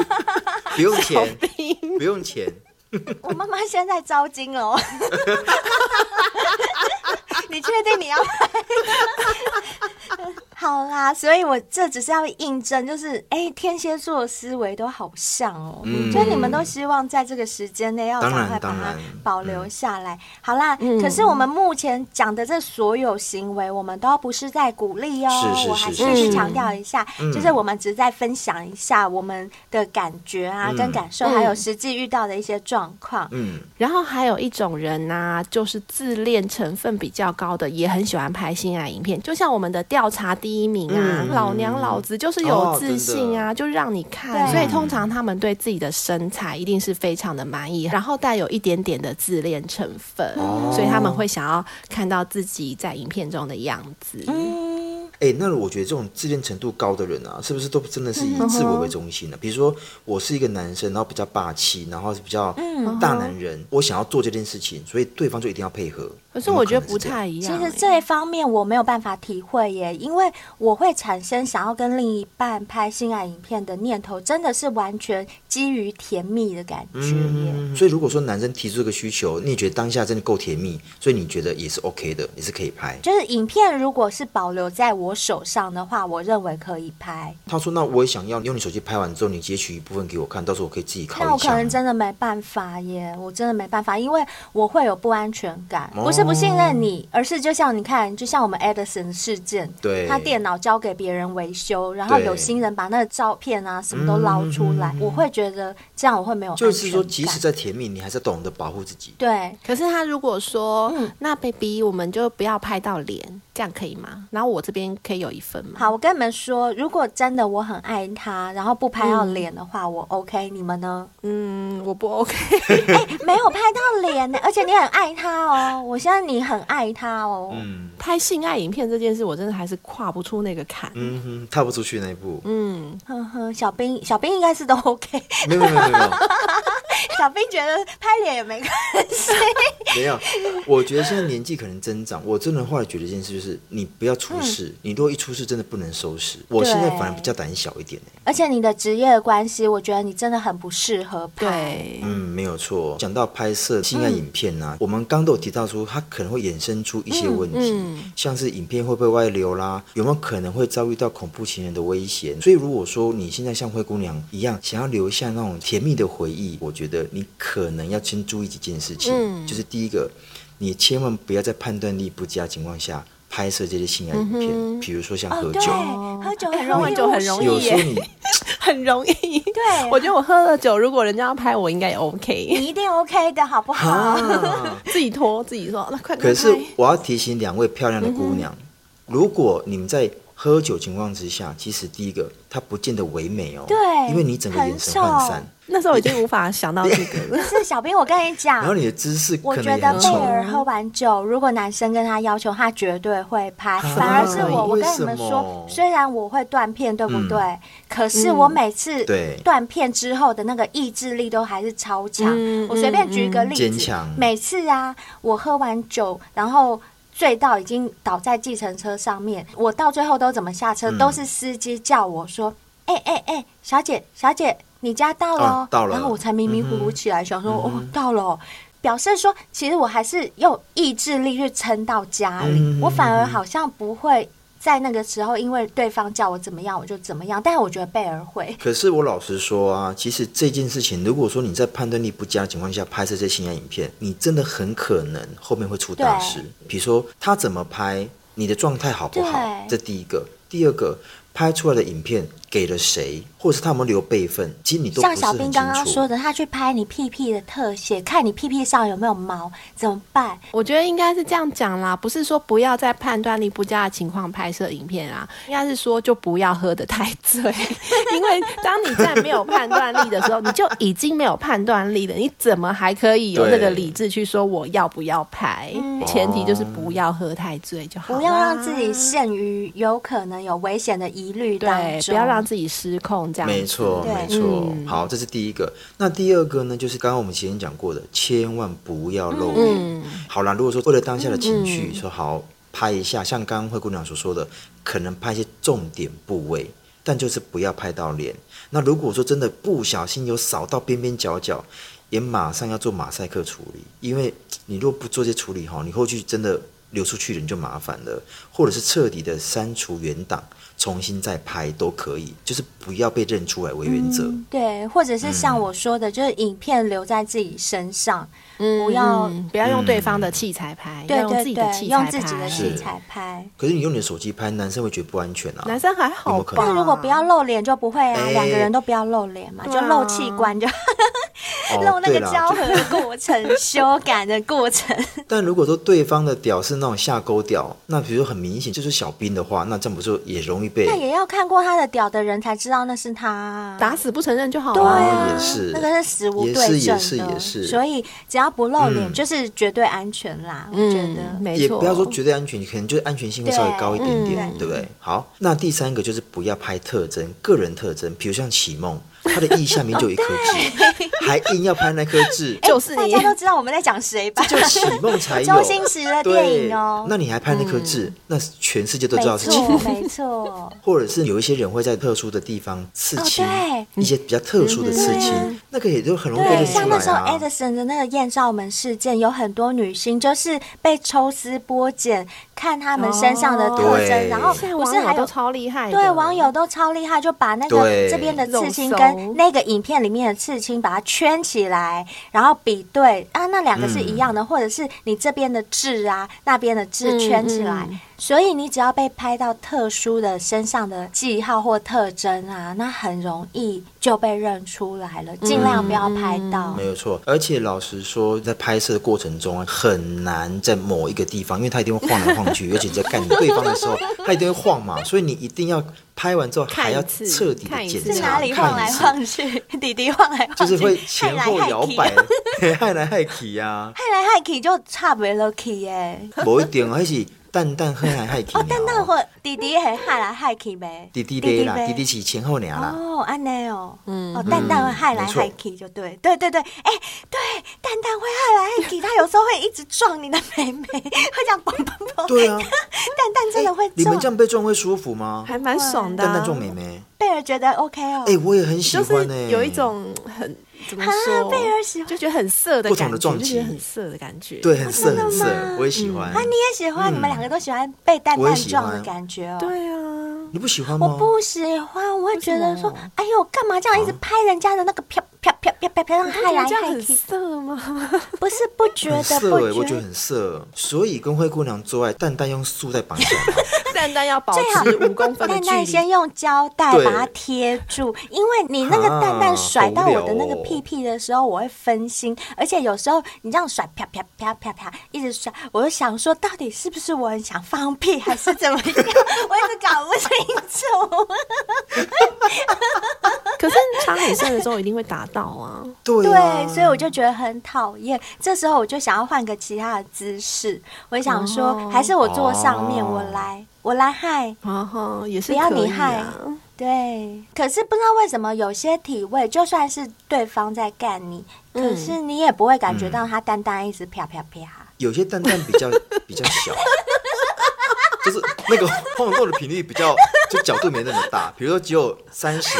S4: 不用 钱，不用钱，
S1: 我妈妈现在招金哦。 你确定你要 拍？好啦，所以我这只是要印证，就是哎、天蝎座的思维都好像哦，
S4: 嗯
S1: 所以你们都希望在这个时间内要
S4: 当
S1: 赶
S4: 然
S1: 快把
S4: 当
S1: 它
S4: 然嗯
S1: 保留下来。好啦，可是我们目前讲的这所有行为，我们都不是在鼓励哦，
S4: 是是
S1: 我还
S4: 是嗯
S1: 必须
S5: 是
S1: 强调一下，就是我们只是在分享一下我们的感觉啊、
S4: 嗯
S1: 跟感受，还有实际遇到的一些状况。
S4: 嗯，
S5: 然后还有一种人呢、就是自恋成分比较高的，也很喜欢拍性爱影片。就像我们的调查第一名啊，
S4: 嗯
S5: 老娘老子就是有自信啊，就让你看。
S1: 对
S5: 所以通常他们对自己的身材一定是非常的满意，然后带有一点点的自恋成分，所以他们会想要看到自己在影片中的样子。
S1: 嗯，
S4: 哎、那我觉得这种自恋程度高的人啊，是不是都真的是
S1: 嗯
S4: 以自我为中心呢、比如说，我是一个男生，然后比较霸气，然后是比较
S1: 嗯
S4: 大男人，我想要做这件事情，所以对方就一定要配合。
S5: 可是我觉
S4: 有
S5: 得
S4: 没有
S5: 不
S4: 可能是这样
S5: 太一
S1: 其
S5: 样、嗯
S1: 实
S5: 欸。
S1: 这一方面我没有办法体会耶，因为我会产生想要跟另一半拍性爱影片的念头，真的是完全基于甜蜜的感觉耶。
S5: 嗯
S4: 嗯所以如果说男生提出这个需求，你也觉得当下真的够甜蜜，所以你觉得也是 OK 的，也是可以拍。
S1: 就是影片如果是保留在我手上的话，我认为可以拍。
S4: 他说：“那我也想要用你手机拍完之后，你截取一部分给我看，到时候我可以自己
S1: 那
S4: 拷
S1: 我
S4: 一
S1: 可能
S4: 下。
S1: 真的没办法耶，我真的没办法，因为我会有不安全感。
S4: 哦
S1: 不是不信任你，而是就像你看，就像我们 Edison 事件，
S4: 对
S1: 他电脑交给别人维修，然后
S4: 对
S1: 有心人把那个照片啊什么都捞出来，我会觉得这样我会没有安全
S4: 嗯就
S1: 感。
S4: 是说，即使在甜蜜，你还是懂得保护自己。
S1: 对，
S5: 可是他如果说，那 baby，我们就不要拍到脸，这样可以吗？然后我这边可以有一份吗？
S1: 好，我跟你们说，如果真的我很爱他，然后不拍到脸的话，我 OK，你们呢？
S5: 嗯，我不 OK。
S1: 没有拍到脸呢，而 且你很爱他哦，我相信你很爱他哦。
S4: 嗯
S5: 拍性爱影片这件事，我真的还是跨不出那个坎。
S4: 嗯哼，踏不出去那一步。
S5: 嗯，
S1: 哼哼，小兵，小兵应该是都 OK，
S4: 没有没有没有没有，
S1: 小兵觉得拍脸也没关系，
S4: 没有，我觉得现在年纪可能增长，我真的后来觉得一件事就是，你不要出事，你如果一出事真的不能收拾。我现在反而比较胆小一点、欸、
S1: 而且你的职业的关系，我觉得你真的很不适合拍。
S5: 对，
S4: 嗯，没有错。讲到拍摄性爱影片呢、啊，我们刚都有提到说，它可能会衍生出一些问题，像是影片会不会外流啦，有没有可能会遭遇到恐怖情人的威胁？所以如果说你现在像灰姑娘一样，想要留下那种甜蜜的回忆，我觉得你可能要先注意几件事情，就是第一个，你千万不要在判断力不佳的情况下。拍摄这些性爱影片，比如说像喝
S1: 哦对
S4: 酒，，
S1: 喝酒
S5: 哎
S1: 很
S5: 喝
S1: 容易
S5: 酒
S1: 误
S5: 很容易
S1: 事
S4: 有时候你
S5: 很容易。对啊
S1: 对，
S5: 我觉得我喝了酒，如果人家要拍我，应该也 OK。
S1: 你一定 OK 的好不好？
S4: 啊，
S5: 自己拖自己说，那快
S4: 可
S5: 点
S4: 是
S5: 拍
S4: 我要提醒两位漂亮的姑娘，
S1: 嗯
S4: 如果你们在喝酒情况之下，其实第一个它不见得唯美哦，
S1: 对
S4: 因为你整个眼神涣散，
S5: 那时候我已经无法想到这个了。
S1: 是小兵，我跟你
S4: 然后
S1: 讲。
S4: 你的姿势
S1: 我
S4: 可
S1: 觉
S4: 能也
S1: 得
S4: 很
S1: 贝
S4: 丑。
S1: 尔喝完酒，如果男生跟他要求，他绝对会拍。反而是我，我
S4: 啊为
S1: 跟你
S4: 什
S1: 们说
S4: 么，
S1: 虽然我会断片，对不
S4: 嗯
S1: 对？可是我每次
S4: 对
S1: 断片之后的那个意志力都还是超强。
S5: 嗯
S1: 我随便举一个例
S4: 嗯坚
S1: 子
S4: 强，
S1: 每次啊，我喝完酒，然后。醉到已经倒在计程车上面，我到最后都怎么下车？
S4: 嗯
S1: 都是司机叫我说：“哎哎哎，小姐小姐，你家到了哦
S4: 啊到了
S1: 然后我才迷迷糊糊
S4: 嗯哼
S1: 起来，想说：“哦，到了哦。”表示说，其实我还是用意志力去撑到家里，
S4: 嗯
S1: 我反而好像不会在那个时候，因为对方叫我怎么样我就怎么样。但是我觉得贝尔会，
S4: 可是我老实说啊，其实这件事情，如果说你在判断力不佳的情况下拍摄这些性爱影片，你真的很可能后面会出大事。比如说他怎么拍，你的状态好不好
S1: 对，
S4: 这第一个；第二个，拍出来的影片给了谁，或者是他有没有留备份，其实你都不
S1: 像
S4: 是
S1: 小
S4: 很
S1: 兵
S4: 清
S1: 刚刚
S4: 楚。
S1: 说的，他去拍你屁屁的特写，看你屁屁上有没有毛，怎么办？
S5: 我觉得应该是这样讲啦，不是说不要在判断力不佳的情况拍摄影片啊，应该是说就不要喝得太醉， 因为当你在没有判断力的时候，你就已经没有判断力了，你怎么还可以有那个理智去说我要不要拍？前提就是不要喝太醉就好
S1: 嗯
S5: 啦，
S1: 不要让自己陷于有可能有危险的疑虑当
S5: 对，
S1: 中，
S5: 不要让自己失控这样子。嗯
S4: 没错，
S1: 对
S4: 没错。好，这是第一个。那第二个呢，就是刚刚我们前面讲过的，千万不要露脸。
S5: 嗯，
S4: 好啦，如果说为了当下的情绪，说好拍一下，像刚刚灰姑娘所说的，可能拍一些重点部位，但就是不要拍到脸。那如果说真的不小心有扫到边边角角，也马上要做马赛克处理，因为你若不做这些处理哈，你后续真的流出去人就麻烦了，或者是彻底的删除原档，重新再拍都可以，就是不要被认出来为原则。
S1: 对，或者是
S5: 嗯
S1: 像我说的，就是影片留在自己身上，不要
S5: 嗯不要用对方的器材拍，
S1: 对
S5: 要用
S1: 对
S5: 自己的
S1: 对，
S5: 器
S1: 用
S5: 材
S1: 自己的
S5: 拍。
S1: 器材拍。
S4: 可是你用你的手机拍，男生会觉得不 安全啊。
S1: 哦
S5: 男生还
S4: 有没
S5: 好
S4: 有可
S5: 吧？
S4: 能
S1: 但如果不要露脸就不会啊，
S4: 哎
S1: 两个人都不要露脸嘛，
S5: 对
S1: 就
S5: 啊
S1: 露器官就
S4: 哦
S1: 露那
S4: 对
S1: 个
S4: 啦
S1: 交
S4: 就哎
S1: 合的过 程、修改的过程。
S4: 但如果说对方的屌是那种下勾屌，那比如说很明显就是小兵的话，那这样不是也容易被？
S1: 那也要看过他的屌的人才知道那是他啊。
S5: 打死不承认就好
S1: 对
S5: 了。
S1: 啊，
S4: 哦也是
S1: 那个是死无对证的，
S4: 也是也是也是
S1: 所以只要不露脸，
S4: 嗯
S1: 就是绝对安全啦。我觉得，
S5: 嗯，没
S4: 也
S5: 错，
S4: 不要说绝对安全，可能就是安全性会稍微高一点点，
S1: 对嗯
S4: 对不对？好，那第三个就是不要拍特征，个人特征，比如像启梦，他的腋下面就有一颗痣，还硬要拍那颗痣，
S5: 就是
S1: 大
S5: 你
S1: 家都知道我们在讲谁吧？
S4: 就启梦才有。
S1: 周星驰的电影哦
S4: 对那你还拍那颗痣，那全世界都
S1: 没
S4: 知道是启
S1: 错，
S4: 梦。
S1: 没错。
S4: 或者是有一些人会在特殊的地方刺青，
S1: 哦嗯
S4: 一些比较特殊的刺青，那个也就很容易被
S1: 对，
S4: 认出来
S1: 像那时候
S4: 啊。
S1: Edison 的那个艳照门事件，有很多女星就是被抽丝剥茧，看他们身上的特
S4: 哦
S1: 征，
S4: 对
S1: 然后
S5: 现在
S1: 不
S5: 网
S1: 是还
S5: 友
S1: 有
S5: 都超厉害的，
S1: 对网友都超厉害，就把那个
S4: 对
S1: 这边的刺青
S5: 肉搜
S1: 跟那个影片里面的刺青把它圈起来，然后比对啊，那两个是一
S4: 嗯
S1: 样的，或者是你这边的痣啊，那边的痣
S5: 嗯
S1: 圈起来。
S5: 嗯
S1: 所以你只要被拍到特殊的身上的记号或特征啊，那很容易就被认出来
S4: 嗯
S1: 了。尽量不要拍到。
S4: 没有错，而且老实说，在拍摄的过程中啊，很难在某一个地方，因为他一定会晃来晃 去，而且你在干对方的时候，他一定会晃嘛，所以你一定要拍完之后还要
S5: 看一次
S4: 彻底
S5: 看
S4: 的
S5: 一
S4: 检查，
S5: 次
S1: 是哪里晃来
S4: 看一次，
S1: 晃去？ 弟弟晃来晃去，
S4: 嗯就是 会前后摇摆
S1: 害来害去啊哦，
S4: 害来害去呀、啊
S1: 害来害去就差不了 lucky 耶、
S4: 无一定，还是蛋蛋喝还害去啊
S1: 哦，等等会弟弟会害来害去呗，
S4: 弟弟咧啦，
S1: 呗
S4: 弟弟是前后娘啦，嗯
S1: 哦，安内哦，哦，蛋蛋会害来
S4: 没错
S1: 害去就对，对对对，哎、对，蛋蛋会害来害去，他有时候会一直撞你的妹妹，会这样砰砰砰，
S4: 对啊
S1: 哎蛋蛋真的会
S4: 哎你
S1: 撞
S4: 们，这样被撞会舒 服吗？
S5: 还蛮爽的、啊。
S4: 蛋蛋撞妹妹，
S1: 贝尔觉得 OK 哦，
S4: 哎，我也很喜
S5: 就是
S4: 欢欸呢，
S5: 有一种很怎么
S1: 啊
S5: 说，
S1: 贝尔喜欢
S5: 就觉得很色的
S4: 不同
S5: 感觉，
S4: 的撞
S5: 就
S4: 击
S5: 觉得很色的感觉。
S4: 对，很色
S1: 真的
S4: 很色
S1: 吗，
S4: 我也喜欢
S1: 啊，。你也喜欢，你们两个都喜欢被蛋
S4: 我
S1: 蛋
S4: 也嗯喜欢
S1: 撞的感觉哦，
S5: 对啊，
S4: 你不喜欢
S1: 我
S4: 吗？
S1: 不喜欢，我会觉得说
S5: 为什么，
S1: 哎呦，干嘛这样
S4: 啊
S1: 一直拍人家的那个啪啪啪啪啪啪，让害
S4: 哎
S5: 你
S1: 来
S5: 哎这样
S1: 害
S5: 很
S1: 去？
S5: 色吗？
S1: 不是不觉
S4: 很
S1: 得，
S4: 色哎、
S1: 不
S4: 我觉
S1: 觉
S4: 得很色，所以跟灰姑娘做爱，蛋蛋用束带绑起来，
S5: 蛋蛋要保
S1: 最好
S5: 持五公分的
S1: 蛋
S5: 距
S1: 蛋
S5: 离。
S1: 先用胶带
S4: 对
S1: 把它贴住，因为你那个蛋蛋甩到我的那个屁屁的时候，我会分心，而且有时候你这样甩啪啪啪啪啪一直甩，我就想说到底是不是我很想放屁，还是怎么样？我一直搞不清楚。
S5: 可是插很深的时候一定会打 到啊。
S4: 对啊，
S1: 对，所以我就觉得很讨厌。这时候我就想要换个其他的姿势，我想说，
S5: 哦
S1: 还是我坐上面，
S4: 哦
S1: 我来，我来害。
S5: 然后哦也是
S1: 不要
S5: 可
S1: 你
S5: 以
S1: 害
S5: 啊。
S1: 对，可是不知道为什么，有些体位就算是对方在干你，
S5: 嗯
S1: 可是你也不会感觉到他单单一直啪啪啪。
S4: 有些蛋蛋比较比较小，就是那个 晃动的频率比较，就角度没那么大，比如说只有三十，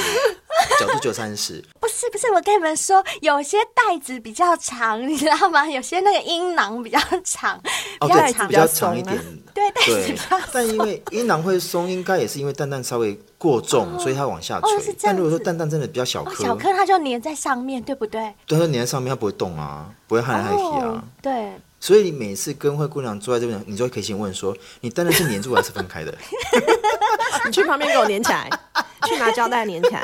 S4: 角度只有三十，
S1: 不是不是，我跟你们说，有些带子比较长，你知道吗？有 些那个阴囊比较长，
S4: 哦
S1: 比较
S4: 对，
S1: 长。
S4: 比较长一点。
S1: 对带子比
S4: 对
S1: 较，
S4: 但因为阴囊会松，应该也是因为蛋蛋稍微过重，所以它往下
S1: 哦是
S4: 垂。
S1: 这样
S4: 但如果说
S1: 子
S4: 蛋蛋真的比较小
S1: 哦，
S4: 颗，
S1: 小颗它就粘在上面，对不对？
S4: 对它粘在上面，它不会动啊，不会害来害去啊。
S1: 哦，对，
S4: 所以你每次跟灰姑娘坐在这边，你就可以先问说，你蛋蛋是粘住还是分 开的？
S5: 你去旁边给我粘起来，去拿胶带粘起 来。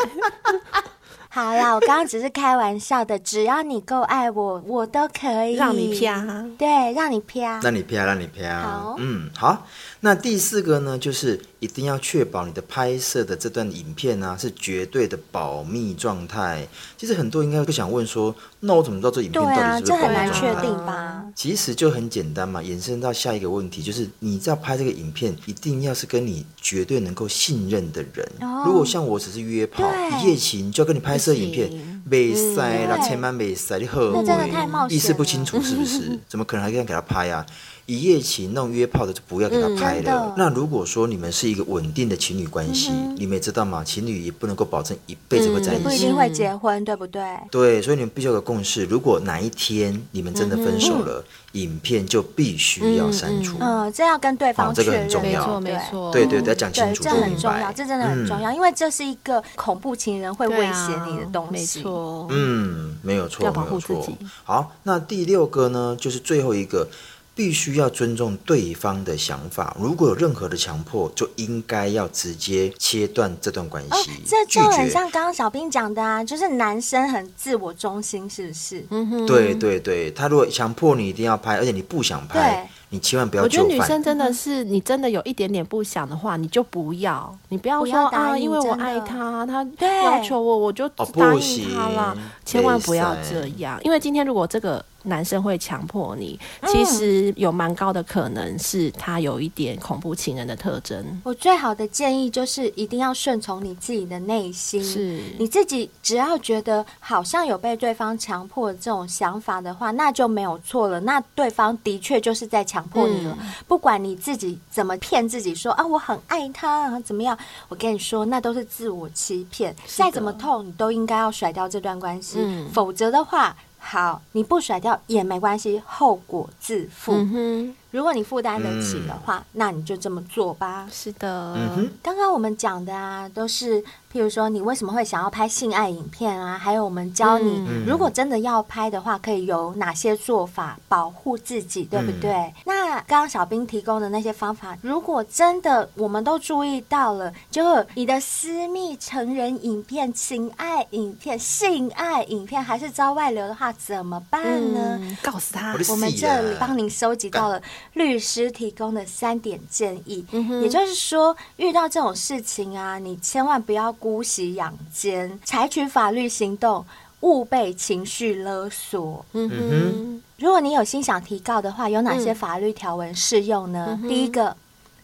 S1: 好啦，我刚刚只是开玩笑的，只要你够爱我，我都可以
S5: 让你啪
S1: 对，让你啪。
S4: 让你啪，让你啪。
S1: 好
S4: 嗯，好。那第四个呢，就是一定要确保你的拍摄的这段影片呢、是绝对的保密状态。其实很多人应该会想问说，那我怎么知道这影片
S1: 对
S4: 到底
S1: 啊，
S4: 是不
S1: 这
S4: 是保
S1: 很
S4: 密
S1: 难
S4: 状
S1: 确
S4: 态？
S1: 定吧？
S4: 其实就很简单嘛，延伸到下一个问题，就是你在拍这个影片，一定要是跟你绝对能够信任的人。
S1: 哦
S4: 如果像我只是约炮
S1: 对
S4: 一夜情，就要跟你拍摄影片
S5: 不行，
S4: 没塞
S1: 对
S4: 啦，千万没塞，你后
S1: 那
S4: 悔，
S1: 真的太冒险了
S4: 意识不清楚是不是？怎么可能还这样给他拍啊？一夜情那种约炮的就不要给他
S1: 嗯
S4: 拍
S1: 真的嗯
S4: 了。那如果说你们是一个稳定的情侣关系，你们也知道嘛，情侣也不能够保证一辈子会在一起，
S1: 不一定会结婚，对不对？
S4: 对，所以你们必须要有个共识，如果哪一天你们真的分手了，影片就必须要删除。
S1: 嗯，这要跟对方
S4: 哦
S1: 确
S4: 这
S1: 认。
S4: 个很重
S5: 没
S4: 要
S5: 错，没
S1: 对
S5: 错，
S4: 对对对，要讲清
S1: 对，
S4: 楚，
S1: 这
S4: 说
S1: 很
S4: 明
S1: 重
S4: 白嗯
S1: 要，这真的很重。要，因为这是一个恐怖情人会威
S5: 对啊
S1: 胁你的东
S5: 没
S1: 西。
S5: 错，
S4: 嗯，嗯没有错，
S5: 要保
S4: 没有
S5: 护自
S4: 错
S5: 己。
S4: 好，那第六个呢，就是最后一个。必须要尊重对方的想法，如果有任何的强迫，就应该要直接切断这段关系，
S1: 哦，这
S4: 拒
S1: 就很
S4: 绝。
S1: 像刚刚小兵讲的啊，就是男生很自我中心，是不是？
S5: 嗯哼，
S4: 对对对，他如果强迫你一定要拍，而且你不想拍
S1: 对，
S4: 你千万不要
S5: 我觉
S4: 就
S5: 得女
S4: 范
S5: 生。真
S1: 嗯
S5: 的是，你真的有一点点不想的话，你就不要，你不要
S1: 不
S5: 说
S1: 要答
S5: 啊，
S1: 应
S5: 因为我
S1: 真的
S5: 爱他，他
S1: 对
S5: 要求我，我就
S4: 哦
S5: 答
S4: 不
S5: 应他啦
S4: 行。
S5: 千万不要
S4: 没塞
S5: 这样，因为今天如果这个男生会强迫你，
S1: 嗯
S5: 其实有蛮高的可能是他有一点恐怖情人的特征。
S1: 我最好的建议就是一定要顺从你自己的内心，
S5: 是
S1: 嗯你自己只要觉得好像有被对方强迫这种想法的话，那就没有错了。那对方的确就是在强迫你了，
S5: 嗯
S1: 不管你自己怎么骗自己说啊我很爱他啊怎么样，我跟你说那都是自我欺骗。
S5: 的
S1: 再怎么痛，你都应该要甩掉这段关系，
S5: 嗯
S1: 否则的话。好，你不甩掉也没关系，后果自负。
S5: 嗯哼，
S1: 如果你负担得起的话，那你就这么做吧。
S5: 是的，
S4: 嗯哼，
S1: 刚刚我们讲的啊，都是譬如说你为什么会想要拍性爱影片啊，还有我们教你，
S4: 嗯
S1: 如果真的要拍的话，可以有哪些做法保护自己，
S4: 嗯
S1: 对不对？那刚刚小兵提供的那些方法，如果真的我们都注意到了，就你的私密成人影片、情爱影片、性爱影片还是遭外流的话，怎么办呢？
S5: 嗯，告诉他
S4: 我的，
S1: 我们
S4: 死
S1: 这里
S4: 啦
S1: 帮您收集到了律师提供的三点建议，也就是说，遇到这种事情啊，你千万不要姑息养奸，采取法律行动，勿被情绪勒索。
S5: 嗯哼，
S1: 如果你有心想提告的话，有哪些法律条文适用呢？第一个，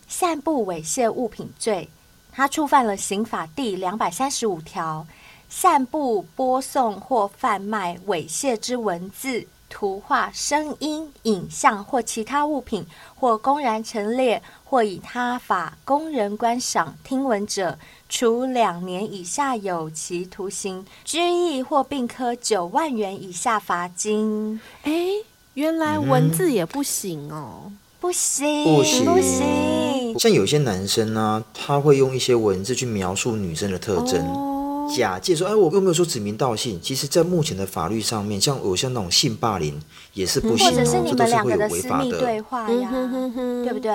S1: 散布猥亵物品罪，它触犯了刑法第两百三十五条，散布、播送或贩卖猥亵之文字、图画、声音、影像或其他物品，或公然陈列，或以他法供人观赏、听闻者，处两年以下有期徒刑、拘役或并科九万元以下罚金。
S5: 哎、原来
S4: 嗯
S5: 文字也不行哦。
S1: 不行，
S4: 不行
S1: 不行
S4: 像有些男生呢、他会用一些文字去描述女生的特征。
S1: 哦
S4: 假借说，哎，我又没有说指名道姓。其实，在目前的法律上面，像有像那种性霸凌也是不行
S1: 嗯或
S4: 哦，
S1: 者是你
S4: 这都
S1: 们
S4: 是
S1: 两个
S4: 会有
S1: 的
S4: 违
S1: 私
S4: 法
S1: 密对
S4: 的。嗯
S1: 话哎呀，
S5: 嗯
S1: 对不对？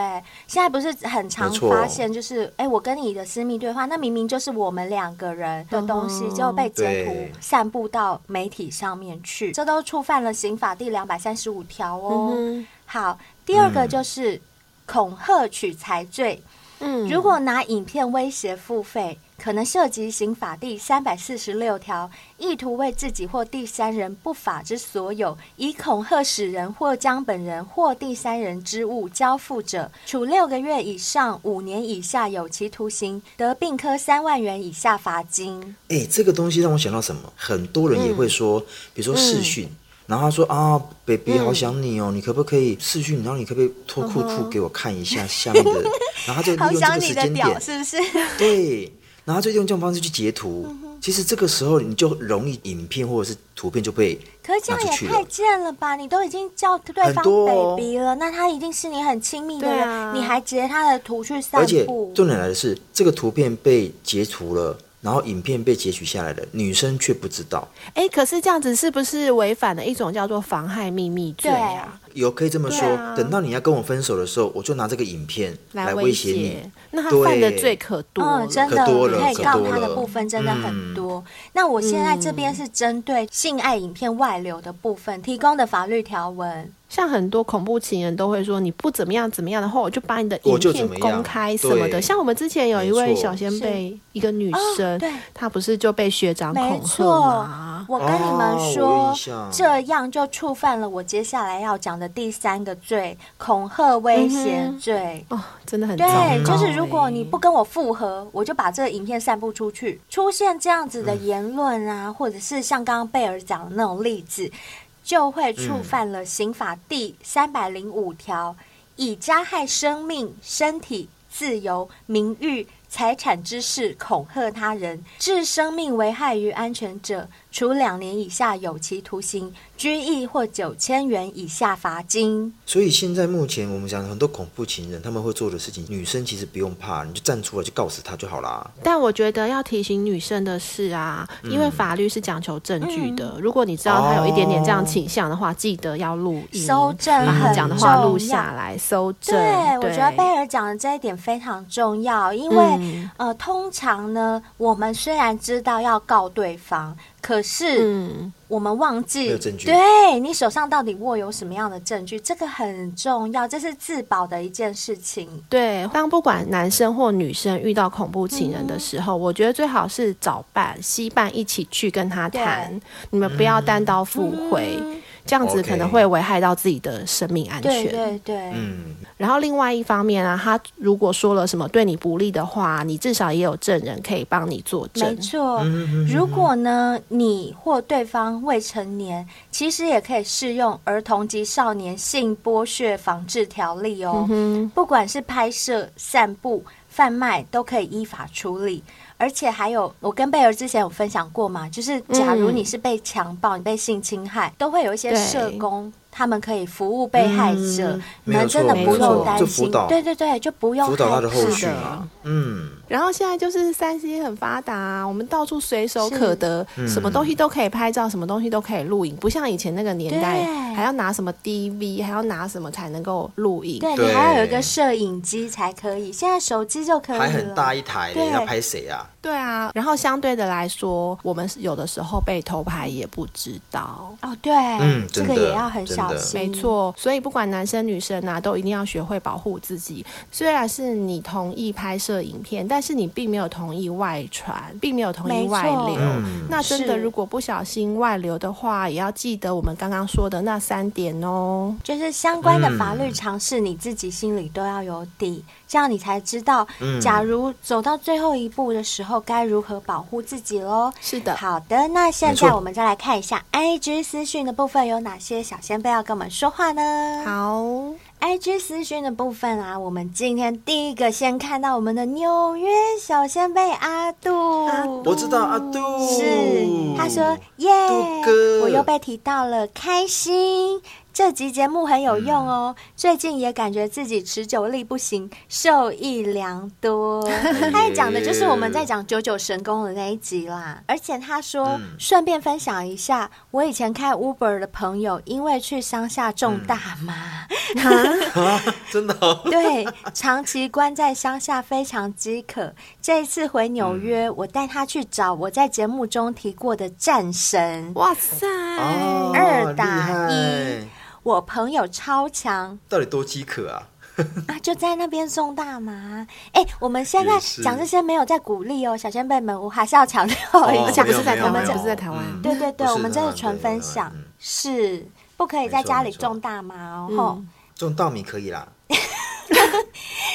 S1: 现在不是很常
S4: 没错
S1: 发现，就是哎、我跟你的私密对话，那明明就是我们两个人的东西，结果被截
S4: 对
S1: 图散布到媒体上面去，这都触犯了刑法第两百三十五条哦。
S5: 嗯
S1: 好，第二个就是恐吓取财罪，
S5: 嗯
S1: 如果拿影片威胁付费，可能涉及刑法第三百四十六条，意图为自己或第三人不法之所有，以恐吓使人或将本人或第三人之物交付者，处六个月以上五年以下有期徒刑，得并科三万元以下罚金。
S4: 哎，这个东西让我想到什么？很多人也会说，嗯比如说视讯，然后他说啊，baby，好想你哦，你可不可以视讯？然后你可不可以脱裤
S1: 嗯
S4: 裤
S1: 哼
S4: 给我看一下下面的？然后他就
S1: 好
S4: 利用这
S1: 想
S4: 个
S1: 你
S4: 时
S1: 的
S4: 间点
S1: 屌，，是 不是？
S4: 对，然后就用这种方式去截图。其实这个时候你就容易影片或者是图片就被
S1: 可是这样
S4: 拿
S1: 也
S4: 出去
S1: 太
S4: 了
S1: 贱了吧！你都已经叫对方
S4: 很多哦
S1: baby 了，那他一定是你很亲密的
S5: 对
S1: 人，
S5: 啊
S1: 你还截他的图去散
S4: 而且
S1: 布。
S4: 重点来的是，这个图片被截图了，然后影片被截取下来了，女生却不知道。
S5: 哎、可是这样子是不是违反了一种叫做妨害秘密罪啊？
S4: 有可以这么说，
S5: 对啊
S4: 等到你要跟我分手的时候，我就拿这个影片来
S5: 威
S4: 威胁你。
S5: 那他犯的
S4: 对
S5: 罪可多了。
S1: 嗯，真的，
S4: 可多了
S1: 可以
S4: 可
S1: 告
S4: 多
S1: 他的
S4: 了
S1: 部分真的很
S4: 嗯
S1: 多。那我现在这边是针对性爱影片外流的部分提供的法律条文。
S5: 像很多恐怖情人都会说，你不怎么样怎么样的话，我就把你的影
S4: 我就怎
S5: 片
S4: 么样
S5: 公开什么的。
S4: 对
S5: 像我们之前有一位
S4: 没错
S5: 小先辈，一个女生，
S1: 哦对
S5: 她不是就被学长
S1: 没
S5: 恐吓啊
S1: 错
S5: 吗，？
S1: 我跟你们
S4: 哦我
S1: 说，
S4: 有印象
S1: 这样就触犯了我接下来要讲的第三个罪——恐吓威胁
S5: 嗯哼
S1: 罪。
S5: 哦，真的很
S1: 对，就
S5: 糟糕
S1: 是如果你
S5: 欸
S1: 不跟我复合，我就把这个影片散布出去。出现这样子的
S5: 嗯
S1: 言论啊，或者是像刚刚贝尔讲的那种例子，就会
S5: 嗯
S1: 触犯了刑法第三百零五条，以加害生命、身体、自由、名誉、财产之事恐吓他人，致生命危害于安全者，处两年以下有期徒刑、拘役或九千元以下罚金。
S4: 所以现在目前我们讲很多恐怖情人他们会做的事情，女生其实不用怕，你就站出来就告死他就好啦。
S5: 但我觉得要提醒女生的是啊，因为法律是讲求证据的。
S1: 嗯
S5: 如果你知道他有一点点这样倾向的话，记得要录音，
S1: 搜证
S5: 把他
S1: 很
S5: 讲的话录
S1: 重
S5: 下来，搜证。
S1: 对，我
S5: 对
S1: 觉得贝尔讲的这一点非常重要，因为、
S5: 嗯
S1: 呃，通常呢，我们虽然知道要告对方，可是
S5: 嗯，
S1: 我们忘
S4: 没
S1: 记，
S4: 有证据
S1: 对你手上到底握有什么样的证据，这个很重要，这是自保的一件事情。
S5: 对。当不管男生或女生遇到恐怖情人的时
S1: 嗯
S5: 候，我觉得最好是找伴、西伴一起去跟他谈，你们不要单
S1: 嗯
S5: 刀赴会，这样子可能
S4: OK
S5: 会危害到自己的生命安全。
S1: 对对对，
S4: 嗯，
S5: 然后另外一方面啊，他如果说了什么对你不利的话，你至少也有证人可以帮你作
S1: 没
S5: 证。
S4: 嗯
S1: 错。如果呢，你或对方未成年，其实也可以适用《儿童及少年性剥削防治条例》哦。
S5: 嗯，
S1: 不管是拍摄、散布、贩卖，都可以依法处理。而且还有，我跟贝儿之前有分享过嘛，就是假如你是被强暴、你被性侵害，都会有一些
S5: 嗯对
S1: 社工，他们可以服务被害者，你
S4: 嗯没有
S1: 们真的
S5: 错
S1: 不
S5: 没
S1: 用
S5: 错
S1: 担
S4: 就辅
S1: 心
S4: 导。
S1: 对对对，就不用
S4: 辅导他
S1: 害
S4: 的后
S1: 怕
S4: 续啊。嗯，
S5: 然后现在就是三 C 很发达、啊，我们到处随手
S1: 是
S5: 可得，什么东西都可以拍照，什么东西都可以录影，不像以前那个年代
S1: 对
S5: 还要拿什么 DV，还要拿什么才能够录影。
S1: 对你
S4: 对
S1: 还要有一个摄影机才可以，现在手机就可以了。
S4: 还很大一台嘞，
S1: 对
S4: 要拍谁啊？
S5: 对啊，然后相对的来说，我们有的时候被偷拍也不知道。
S1: 哦，对，
S4: 嗯
S1: 这
S4: 真
S1: 个
S4: 的
S1: 也要很
S4: 真
S1: 小
S4: 的
S1: 心。
S5: 没错，所以不管男生女生啊，都一定要学会保护自己。虽然是你同意拍摄影片，但但是你并没有同意外传，并没有同
S1: 没
S5: 意
S1: 错
S5: 外流。
S4: 嗯
S5: 那真
S1: 是
S5: 的，如果不小心外流的话，也要记得我们刚刚说的那三点哦。
S1: 就是相关的法
S4: 嗯
S1: 律常识，你自己心里都要有底，这样你才知道，
S4: 嗯
S1: 假如走到最后一步的时候，该如何保护自己喽。
S5: 是的，
S1: 好的，那现
S4: 没
S1: 在
S4: 错
S1: 我们再来看一下 IG 私讯的部分有哪些小先辈要跟我们说话呢？
S5: 好，
S1: IG 私讯的部分啊，我们今天第一个先看到我们的纽约小先辈阿杜，
S5: 阿杜
S4: 我知道阿杜
S1: 哦是他说耶
S4: 杜，哥
S1: 我又被提到了，开心。这集节目很有用哦，
S4: 嗯
S1: 最近也感觉自己持久力不行，受益良 多。他讲的就是我们在讲九九神功的那一集啦，而且他说、
S4: 嗯
S1: 顺便分享一下，我以前开 Uber 的朋友，因为去乡下
S4: 嗯
S1: 种大麻。
S4: 真的 哦、
S1: 对，长期关在乡下非常饥渴。这一次回纽约，
S4: 嗯
S1: 我带他去找我在节目中提过的战神。
S5: 哇塞，
S4: 哦，
S1: 嗯二打一
S4: 厉害
S1: 我朋友超 强
S4: 到底多饥渴啊？
S1: 啊，就在那边种大麻。哎、我们现在
S4: 也是
S1: 讲这些没有在鼓励哦，小先辈们，我还是要强调一
S5: 而
S1: 下，
S5: 且不是在
S4: 没
S5: 台
S4: 有
S5: 湾
S4: 没有没有
S5: 不是在台湾
S4: 嗯
S1: 对对对，
S4: 哦不是
S1: 我们这是
S4: 当然
S1: 纯
S4: 对当
S1: 分
S4: 然
S1: 享
S4: 嗯，
S1: 是不可以在
S4: 没错
S1: 家里
S4: 没错
S1: 种大麻哦。
S5: 嗯
S1: 吼
S4: 种稻米可以啦，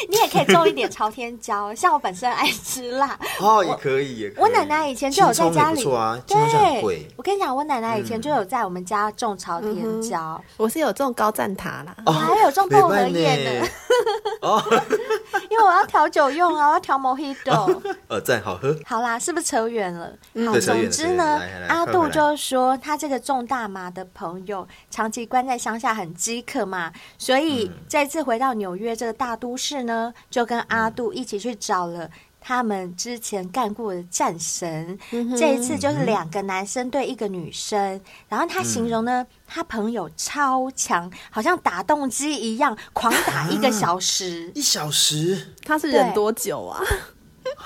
S1: 你也可以种一点朝天椒，像我本身爱吃辣，
S4: 哦，也可以，也可以。
S1: 我奶奶以前就有在家里，
S4: 青葱也不错啊，青葱像很
S1: 对
S4: 贵，
S1: 我跟你讲，我奶奶以前就有在我们家种朝天椒，
S5: 我是有这种高赞塔啦。
S4: 哦，
S1: 还有种薄荷叶
S4: 没
S1: 呢
S4: 办，哦，
S1: 因为我要调酒用啊，我要调 Mojito。
S4: 呃，赞，好喝，
S1: 好啦，是不是扯远了？好，
S4: 嗯对扯
S1: 总
S4: 远了
S1: 之呢
S4: 扯远了来来，来
S1: 阿
S4: 快
S1: 杜
S4: 回来
S1: 就说他这个种大麻的朋友长期关在乡下很饥渴嘛，所以
S4: 嗯
S1: 这次回到纽约这个大都市呢，就跟阿杜一起去找了。他们之前干过的战神，
S4: 嗯
S1: 这一次就是两个男生对一个女生，然后他形容
S4: 嗯
S1: 呢，他朋友超强，好像打动机一样，狂打 一个小时。
S4: 一小时
S5: 他是忍
S1: 对
S5: 多久啊？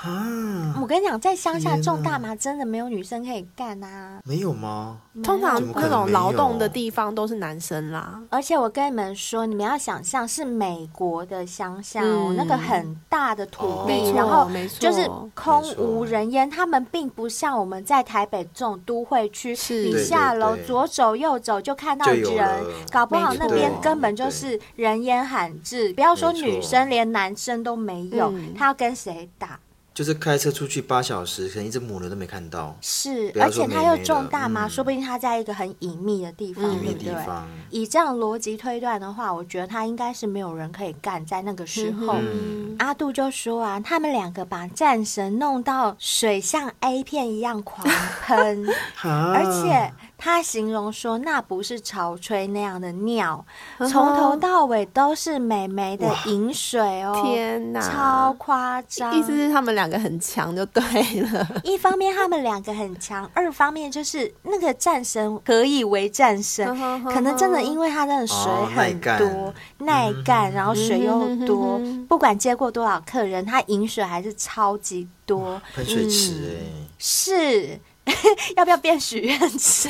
S4: 啊，
S1: 我跟你讲，在乡下
S4: 天
S1: 种
S4: 哪
S1: 大麻真的没有女生可以干啊。
S4: 没有吗？
S5: 通常
S4: 怎么可
S5: 那
S4: 能
S5: 种劳
S4: 没有
S5: 动的地方都是男生啦。
S1: 而且我跟你们说，你们要想象是美国的乡下哦，
S5: 嗯哦
S1: 那个很大的土
S4: 没
S1: 地，
S4: 错
S1: 然后
S5: 没错
S1: 就是空
S4: 没错
S1: 无人烟。他们并不像我们在台北这种都会区，
S5: 是
S1: 你
S5: 对
S1: 下楼
S4: 对对
S1: 左走右走就看到
S4: 就有
S1: 人
S4: 了，
S1: 搞不好
S5: 没
S1: 那
S5: 错
S1: 边
S4: 对
S1: 根本就是人烟罕至。不要说
S4: 没错
S1: 女生，连男生都没有
S5: 嗯，
S1: 他要跟谁打？
S4: 就是开车出去八小时，可能一只母牛都没看到，
S1: 是，
S4: 不要
S1: 而
S4: 说
S1: 且他
S4: 妹
S1: 又
S4: 妹
S1: 种
S4: 了
S1: 大麻，
S4: 嗯
S1: 说不定他在一个很隐秘的地方，
S5: 嗯
S4: 因
S1: 对
S4: 为
S1: 不
S4: 地
S1: 对？
S4: 方
S1: 以这样逻辑推断的话，我觉得他应该是没有人可以干在那个时候。
S4: 嗯
S1: 阿杜就说啊，他们两个把战神弄到水像 A 片一样狂 喷，
S5: 嗯
S4: 啊，
S1: 而且他形容说那不是潮吹那样的尿，
S5: 嗯
S1: 从头到尾都是美眉的饮水哦，
S5: 天哪，
S1: 超夸张！
S5: 意思是他们两个很强就对 了。，
S1: 一方面他们两个很强，二方面就是那个战神何以为战神可能真的因为他真的水
S4: 哦耐
S1: 很
S4: 干嗯
S1: 多、耐干，然后水又多，
S5: 嗯哼哼哼
S1: 不管接过多少客人，他饮水还是超级多，
S4: 喷水池
S1: 嗯
S4: 哎，
S1: 是。 要不要变许愿 池？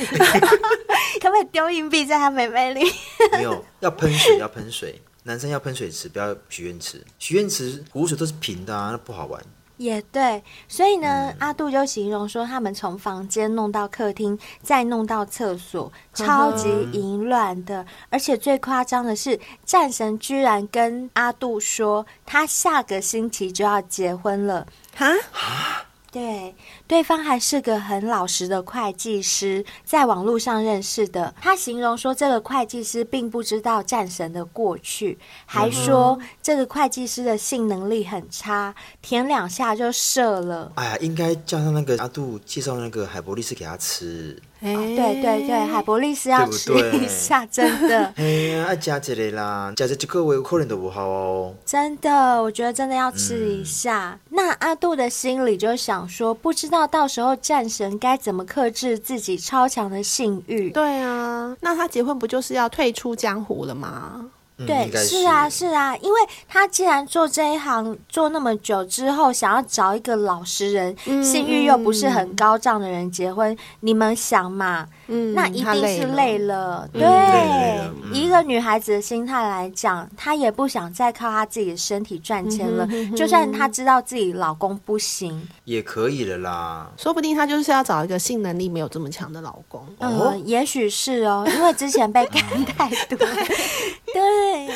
S1: 可不可以丢硬币在他妹妹里？
S4: 没 有，要喷水，要喷水。男生要喷水池，不要许愿池。许愿池湖水都是平的啊，那不好玩。
S1: 也对，所以呢，阿杜就形容说，他们从房间弄到客厅，再弄到厕所，超级淫乱的。而且最夸张的是，战神居然跟阿杜说，他下个星期就要结婚了。
S5: 哈，
S1: 对，对方还是个很老实的会计师，在网络上认识的。他形容说，这个会计师并不知道战神的过去，还说这个会计师的性能力很差，舔两下就射了。
S4: 哎呀，应该叫他那个阿杜介绍那个海博利斯给他吃。
S5: 哎，
S1: 哦对对对，海博利斯要吃
S4: 对不对。
S1: 一下，真的
S4: 哎呀，爱加一个啦，加一个我有可能都不好哦。
S1: 真的，我觉得真的要吃
S4: 嗯
S1: 一下。那阿杜的心里就想说，不知道到时候战神该怎么克制自己超强的性欲。
S5: 对啊，那他结婚不就是要退出江湖了吗？
S4: 嗯
S1: 对
S4: 应，该
S1: 是啊，是啊，因为他既然做这一行做那么久之后，想要找一个老实人，性欲又不是很高涨的人结婚，你们想嘛？
S5: 嗯
S1: 那一定是累了。对，
S4: 嗯累了嗯
S1: 以一个女孩子的心态来讲，她也不想再靠她自己的身体赚钱了。就算她知道自己老公不行，
S4: 也可以了啦。
S5: 说不定她就是要找一个性能力没有这么强的老公。
S4: 哦
S1: 嗯，也许是哦，因为之前被干太多，对，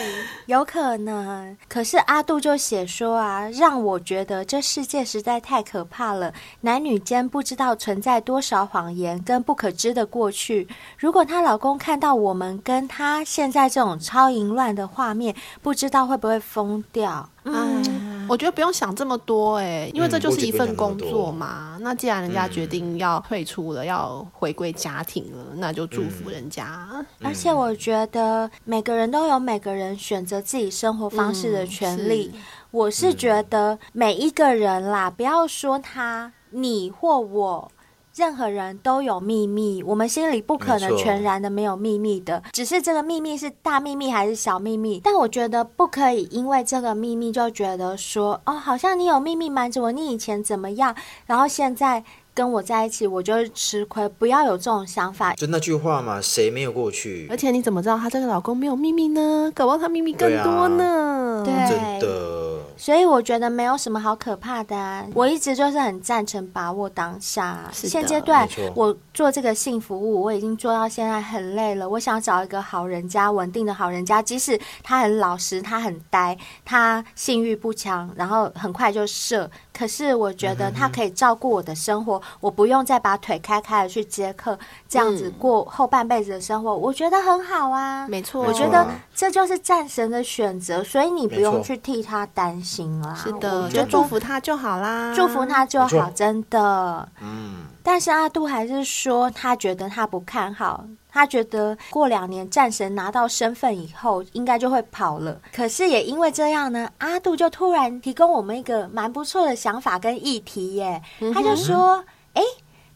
S1: 有可能。可是阿杜就写说啊，让我觉得这世界实在太可怕了，男女间不知道存在多少谎言跟不可知的过去。如果她老公看到我们跟她现在这种超淫乱的画面，不知道会不会疯掉？嗯，
S5: 哎我觉得不用想这么多哎、因为
S4: 嗯
S5: 这就是一份工作嘛。那既然人家决
S4: 嗯
S5: 定要退出了，要回归家庭了，那就祝福人家。
S4: 嗯
S1: 而且我觉得每个人都有每个人选择自己生活方式的权利。
S5: 嗯是
S1: 我是觉得每一个人啦，不要说他、你或我，任何人都有秘密，我们心里不可
S4: 没
S1: 能
S4: 错
S1: 全然的没有秘密的，只是这个秘密是大秘密还是小秘密。但我觉得不可以因为这个秘密就觉得说，哦，好像你有秘密瞒着我，你以前怎么样，然后现在。跟我在一起，我就是吃亏。不要有这种想法，
S4: 就那句话嘛，谁没有过去
S5: 而？且你怎么知道她这个老公没有秘密呢？搞不好她秘密更多呢。
S1: 对
S4: 真的，
S1: 所以我觉得没有什么好可怕的、啊，我一直就是很赞成把握当下。啊
S5: 是的
S1: 现阶段
S4: 没错
S1: 我做这个性服务，我已经做到现在很累了。我想找一个好人家，稳定的好人家，即使他很老实，他很呆，他性欲不强，然后很快就射。可是我觉得他可以照顾我的生活，我不用再把腿开开了去接客，这样子过后半辈子的生活，我觉得很好啊。
S5: 没错，
S4: 我
S1: 我觉
S4: 没
S1: 得
S4: 错啊
S1: 这就是战神的选择，所以你不
S4: 没
S1: 用
S4: 错
S1: 去替他担心啦。
S4: 啊
S5: 是
S1: 我
S5: 的，
S1: 觉
S5: 就
S1: 得
S5: 祝福她就好啦，
S1: 祝福他就
S4: 没错
S1: 好，真的。
S4: 嗯，
S1: 但是阿杜还是说，他觉得他不看好，他觉得过两年战神拿到身份以后，应该就会跑了。可是也因为这样呢，阿杜就突然提供我们一个蛮不错的想法跟议题耶。他就说：“诶，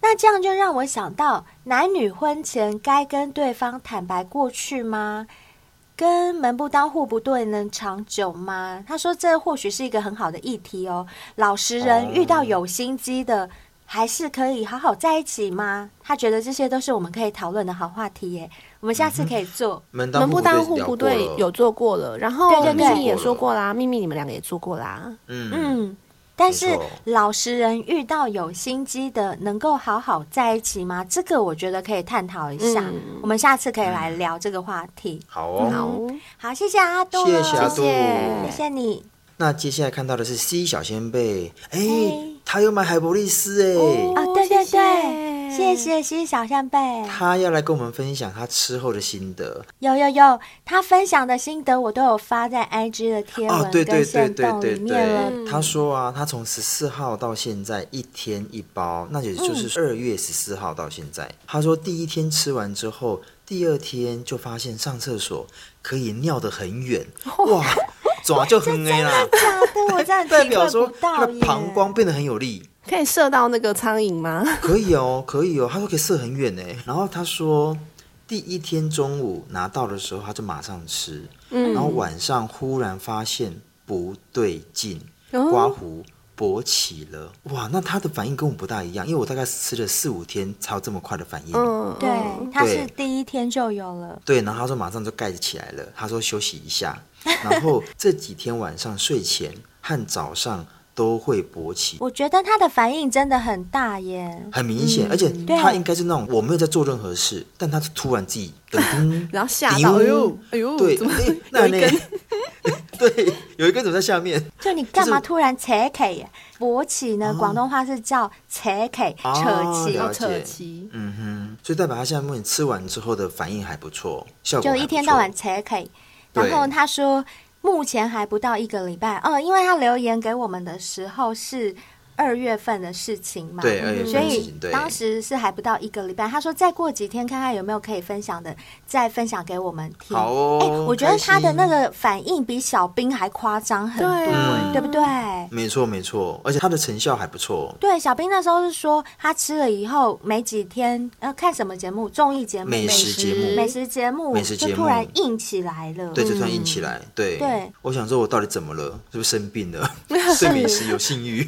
S1: 那这样就让我想到，男女婚前该跟对方坦白过去吗？”跟门不当户不对能长久吗？他说这或许是一个很好的议题哦。老实人
S4: 哦
S1: 遇到有心机的，还是可以好好在一起吗？他觉得这些都是我们可以讨论的好话题耶。我们下次可以做。
S4: 门当
S5: 门不当
S4: 户
S5: 户
S4: 不
S5: 不
S4: 对
S5: 对
S4: 聊过了
S5: 有做过了，然后
S1: 对对
S5: 秘
S1: 对
S5: 密也说过啦，秘密你们两个也做过啦，
S4: 嗯
S1: 嗯，但
S4: 没
S1: 是
S4: 错
S1: 老实人遇到有心机的，能够好好在一起吗？这个我觉得可以探讨一下。
S5: 嗯
S1: 我们下次可以来聊这个话题。
S4: 好哦。
S5: 好，
S1: 好，谢谢阿杜，
S4: 谢谢阿杜
S1: 谢谢你。
S4: 那接下来看到的是 C 小仙贝，哎、
S1: 哎
S4: 他又买海博利斯哎、
S5: 哦
S1: 啊，对对对，谢谢
S5: 谢谢
S1: 谢谢小扇贝，
S4: 他要来跟我们分享他吃后的心得。
S1: 有有有，他分享的心得我都有发在 IG 的贴
S4: 哦
S1: 文，
S4: 对
S1: 跟
S4: 对对
S1: 线
S4: 对
S1: 动
S4: 对
S1: 里面了。
S4: 对，他说啊，他从十四号到现在一天一包，那也
S1: 嗯
S4: 就是二月十四号到现在。他说第一天吃完之后，第二天就发现上厕所可以尿得很 远，哇，爪就很 A 啦，
S1: 假的，我真的
S4: 代
S1: 体
S4: 表
S1: 会不
S4: 说他
S1: 到
S4: 的
S1: 耶。
S4: 膀胱变得很有力。
S5: 可以射到那个苍蝇吗？
S4: 可以哦，可以哦，他说可以射很远呢。然后他说，第一天中午拿到的时候，他就马上吃，嗯，然后晚上忽然发现不对劲，刮胡勃起了，哇，那他的反应跟我不大一样，因为我大概吃了四五天才有这么快的反应，
S5: 嗯，
S1: 对
S5: 嗯，，
S1: 他是
S4: 对
S1: 第一天就有了。
S4: 对，然后他说马上就盖起来了，他说休息一下，然后这几天晚上睡前和早上都会勃起，
S1: 我觉得他的反应真的很大耶。
S4: 很明显，而且
S1: 对
S4: 他应该是那种我没有在做任何事，但他是突然自己噔噔
S5: 然后 吓到，哎呦哎呦，
S4: 对，
S5: 怎么
S4: 哎
S5: 有
S4: 那
S5: 一
S4: 呢
S5: 根？
S4: 对，有一根怎么在下面？
S1: 就你干嘛
S4: 就是
S1: 突然扯开耶？勃起呢？广东话是叫扯开，
S4: 哦
S1: 扯起。
S4: 了解
S5: 扯旗？
S4: 嗯哼，所以代表他现在目前吃完之后的反应还不错，效果
S1: 就
S4: 还
S1: 一
S4: 不
S1: 天
S4: 错
S1: 到晚才可以。然
S4: 对
S1: 后他说，目前还不到一个礼拜，嗯，因为他留言给我们的时候是二月份的事情嘛，
S4: 对二月份
S1: 所
S4: 的事
S1: 以
S4: 情，对，
S1: 当时是还不到一个礼拜。他说再过几天看看有没有可以分享的，再分享给我们听。
S4: 好哦
S1: 哎我觉得他的
S4: 开心
S1: 那个反应比小兵还夸张很
S5: 对
S1: 多，
S5: 啊
S1: 对不对？
S4: 没错没错，而且他的成效还不错。
S1: 对，小兵那时候是说他吃了以后没几天，呃，看什么节目？综艺节目、
S4: 美食节
S5: 美
S4: 目，
S1: 美食节目，
S4: 美食节目
S1: 就突然硬起来了。
S4: 对，就突然硬起
S5: 嗯
S4: 来。对，
S1: 对
S4: 我想说，我到底怎么了？是不是生病了？睡美食有性欲？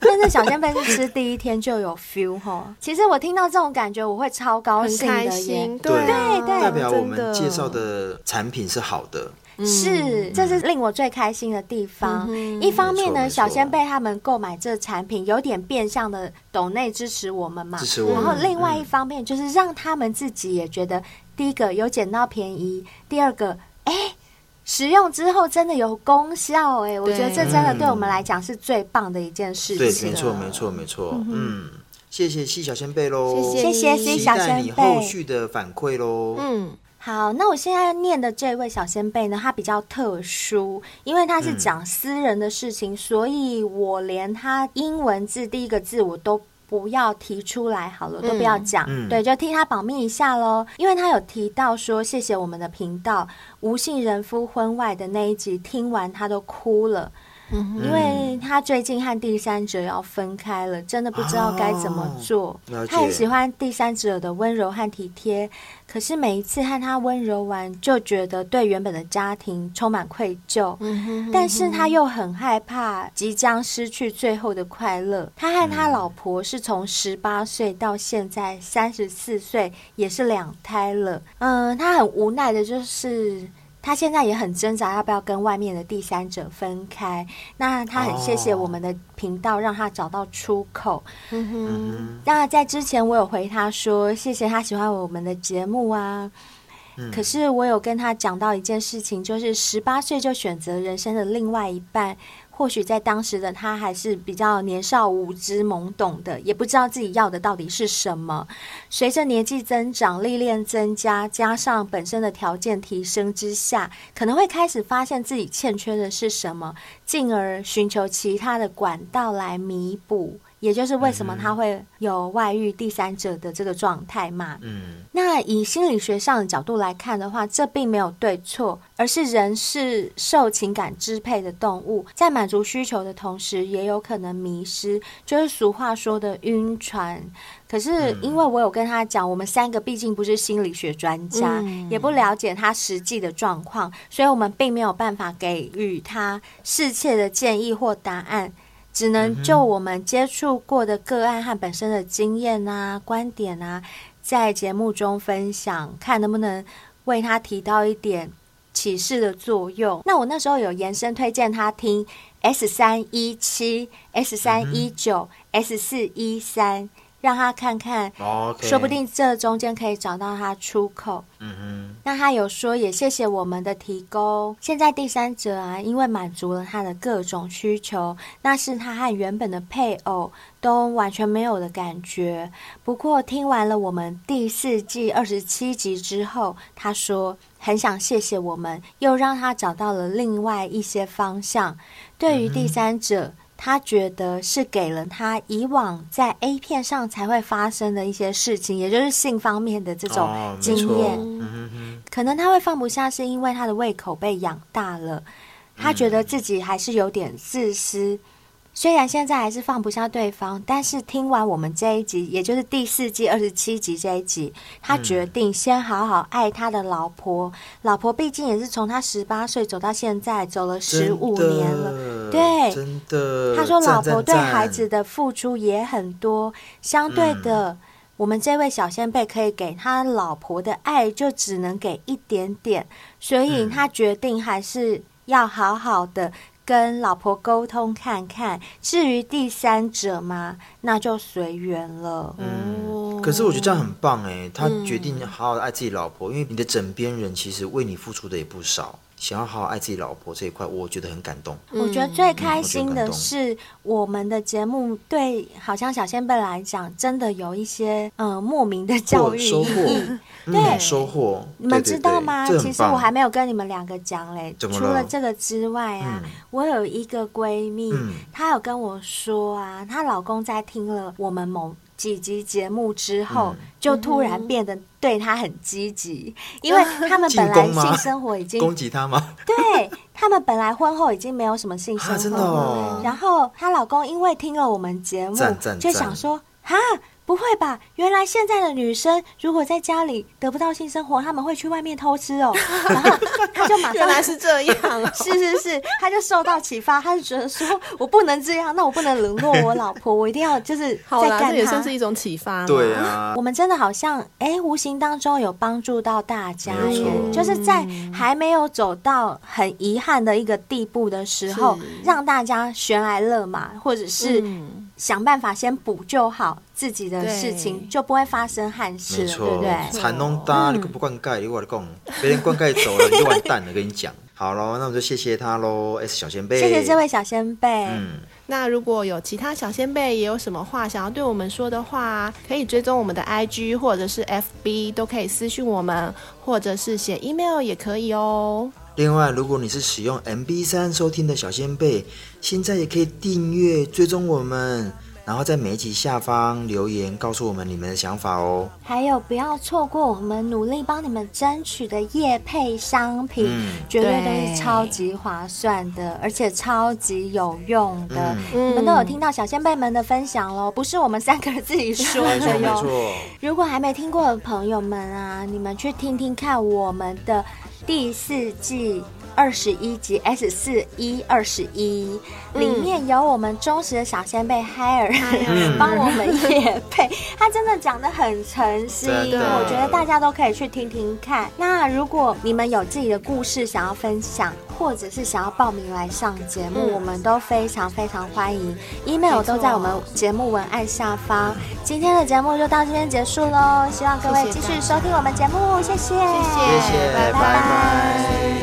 S1: 但是小仙贝是吃第一天就有 feel 哈。其实我听到这种感觉，我会超高
S5: 很
S1: 兴
S5: 开
S1: 的耶。
S5: 心， 对啊
S1: 对对
S4: 代表我们
S5: 真的
S4: 介绍的产品是好的，
S1: 是，这是令我最开心的地方。一方面
S4: 没
S1: 呢，
S4: 错
S1: 小仙贝他们购买这产品，有点变相的抖内支持我们嘛。
S4: 支持我们
S1: 然后另外一方面，就是让他们自己也觉得，第一个有捡到便宜，第二个，哎、使用之后真的有功效哎、我觉得这真的对我们来讲是最棒的一件事
S4: 嗯对，
S1: 情。
S4: 没错，没错，没错，嗯，谢谢西小仙贝喽，
S1: 谢
S5: 谢
S1: 谢
S5: 你
S1: C
S4: 期
S1: 小
S4: 待
S1: 仙
S4: 你后
S1: 贝。
S4: 续的反馈喽，
S5: 嗯，
S1: 好，那我现在念的这位小先辈呢，他比较特殊，因为他是讲私人的事情，所以我连他英文字第一个字我都。不要提出来好了，都不要讲，
S4: 嗯
S1: 对，就替他保密一下喽。因为他有提到说，谢谢我们的频道，无姓人夫婚外的那一集，听完他都哭了，
S4: 嗯
S1: 因为他最近和第三者要分开了，真的不知道该怎么
S4: 哦
S1: 做。
S4: 了
S1: 他很
S4: 解
S1: 喜欢第三者的温柔和体贴，可是每一次和他温柔完，就觉得对原本的家庭充满愧疚。
S5: 嗯
S1: 但是他又很害怕即将失去最后的快乐。他和他老婆是从十八岁到现在三十四岁，也是两胎了。嗯，他很无奈的就是。他现在也很挣扎，要不要跟外面的第三者分开？那他很谢谢
S4: 哦
S1: 我们的频道，让他找到出口。那在之前我有回他说，谢谢他喜欢我们的节目啊。可是我有跟他讲到一件事情，就是十八岁就选择人生的另外一半，或许在当时的他还是比较年少无知、懵懂的，也不知道自己要的到底是什么。随着年纪增长、历练增加，加上本身的条件提升之下，可能会开始发现自己欠缺的是什么，进而寻求其他的管道来弥补。也就是为什么他会有外遇第三者的这个状态嘛？
S4: 嗯，
S1: 那以心理学上的角度来看的话，这并没有对错，而是人是受情感支配的动物，在满足需求的同时，也有可能迷失，就是俗话说的晕船。可是因为我有跟他讲，我们三个毕竟不是心理学专家，也不了解他实际的状况，所以我们并没有办法给予他适切的建议或答案。只能就我们接触过的个案和本身的经验啊、观点啊，在节目中分享，看能不能为他提到一点启示的作用。那我那时候有延伸推荐他听 S 三一七、S 三一九、S 四一三，让他看看，
S4: o k
S1: 说不，定这中间可以找到他出口。
S4: 嗯
S1: 那他有说也谢谢我们的提供。现在第三者啊，因为满足了他的各种需求，那是他和原本的配偶都完全没有的感觉。不过听完了我们第四季二十七集之后，他说很想谢谢我们，又让他找到了另外一些方向。对于第三者。他觉得是给了他以往在 A 片上才会发生的一些事情，也就是性方面的这
S4: 哼，
S1: 种
S4: 哦，没
S1: 经
S4: 错，
S1: 验。
S4: 嗯哼哼，
S1: 可能他会放不下，是因为他的胃口被养大了，
S4: 嗯
S1: 他觉得自己还是有点自私。虽然现在还是放不下对方，但是听完我们这一集，也就是第四季二十七集这一集，他决定先好好爱他的老婆。老婆毕竟也是从他十八岁走到现在，走了十五
S4: 真的
S1: 年了。对
S4: 真的，
S1: 他说，老婆对
S4: 呃赞赞嗯
S1: 孩子的付出也很多，相对的，我们这位小先辈可以给他老婆的爱就只能给一点点，所
S4: 嗯
S1: 以他决定还是要好好的跟老婆沟通看看。至于第三者嘛，那就随缘了。
S4: 嗯赞可是我觉得这样很棒哎，他决定好好的爱自己老
S1: 嗯
S4: 婆，因为你的枕边人其实为你付出的也不少，想要好好爱自己老婆这一块，我觉得很感动。
S1: 我觉得最开心
S4: 嗯我觉得很感
S1: 的
S4: 动
S1: 是，我们的节目对好像小先辈来讲，真的有一些嗯、呃莫名的教
S4: 获
S1: 育
S4: 收获
S1: 意义。， 对
S4: 嗯，收获。
S1: 你们
S4: 对对
S1: 知道
S4: 对
S1: 吗？
S4: 这很
S1: 其实
S4: 棒
S1: 我还没有跟你们两个讲嘞。
S4: 怎么
S1: 除了
S4: 了
S1: 这个之外啊，
S4: 嗯
S1: 我有一个闺蜜，
S4: 嗯
S1: 她有跟我说啊，她老公在听了我们某几集节目
S4: 嗯
S1: 之后，就突然变得对她很积极，因为他们
S4: 啊进
S1: 本来
S4: 攻吗
S1: 性生活已经
S4: 攻击他吗？
S1: 对他们本来婚后已经没有什么性生活
S4: 啊
S1: 了，
S4: 真的哦
S1: 然后她老公因为听了我们节目
S4: 赞赞，
S1: 就想
S4: 赞
S1: 说哈。不会吧？原来现在的女生如果在家里得不到性生活，她们会去外面偷吃 哦。然后她就马上
S5: 原来是这样 哦
S1: 是是是，她就受到启发，她就觉得说我不能这样，那我不能冷落我老婆，我一定要就是
S5: 好
S1: 再
S5: 啦，
S1: 干
S5: 这也
S1: 她
S5: 算。是一种启发。
S4: 对，啊
S1: 我，们真的好像哎，无形当中有帮助到大家
S4: 没
S1: 耶
S4: 错，
S1: 就是在还没有走到很遗憾的一个地步的时候
S5: 是，
S1: 让大家悬崖勒马，或者是
S5: 嗯
S1: 想办法先补救好自己的事情，
S5: 对
S1: 就不会发生憾事
S4: 没
S1: 了，对不
S4: 错
S1: 对，？嗯
S4: 蚕弄大，你不灌溉，你我来讲，别人灌溉走了，你就完蛋了，跟你讲。好喽，那我们就谢谢他喽，S 小先辈，
S1: 谢谢这位小先辈。
S4: 嗯，
S5: 那如果有其他小先辈也有什么话想要对我们说的话，可以追踪我们的 IG 或者是 FB，都可以私讯我们，或者是写 email 也可以哦。
S4: 另外，如果你是使用 MB 三收听的小先辈，现在也可以订阅追踪我们，然后在每一集下方留言告诉我们你们的想法哦。
S1: 还有，不要错过我们努力帮你们争取的业配商品，
S4: 嗯
S1: 绝对都
S5: 对
S1: 是超级划算的，而且超级有用的。
S5: 嗯
S1: 你们都有听到小先辈们的分享喽，不是我们三个人自己说
S4: 没错
S1: 的
S4: 没
S1: 哟。
S4: 错，
S1: 如果还没听过的朋友们啊，你们去听听看我们的第四季二十一集 S 四一二十一，里面有我们忠实的小先辈海尔
S5: 嗯
S1: 帮我们也配， 他真的讲的很诚心，
S4: 真的
S1: 我觉得大家都可以去听听看。那如果你们有自己的故事想要分享，或者是想要报名来上节目，
S5: 嗯
S1: 我们都非常非常欢迎。email
S5: 没错
S1: 都在我们节目文案下方。今天的节目就到这边结束喽，希望各位
S5: 谢谢
S1: 继
S5: 大家
S1: 续收听我们节目，谢谢，谢
S5: 谢
S4: 谢谢，拜拜
S1: 拜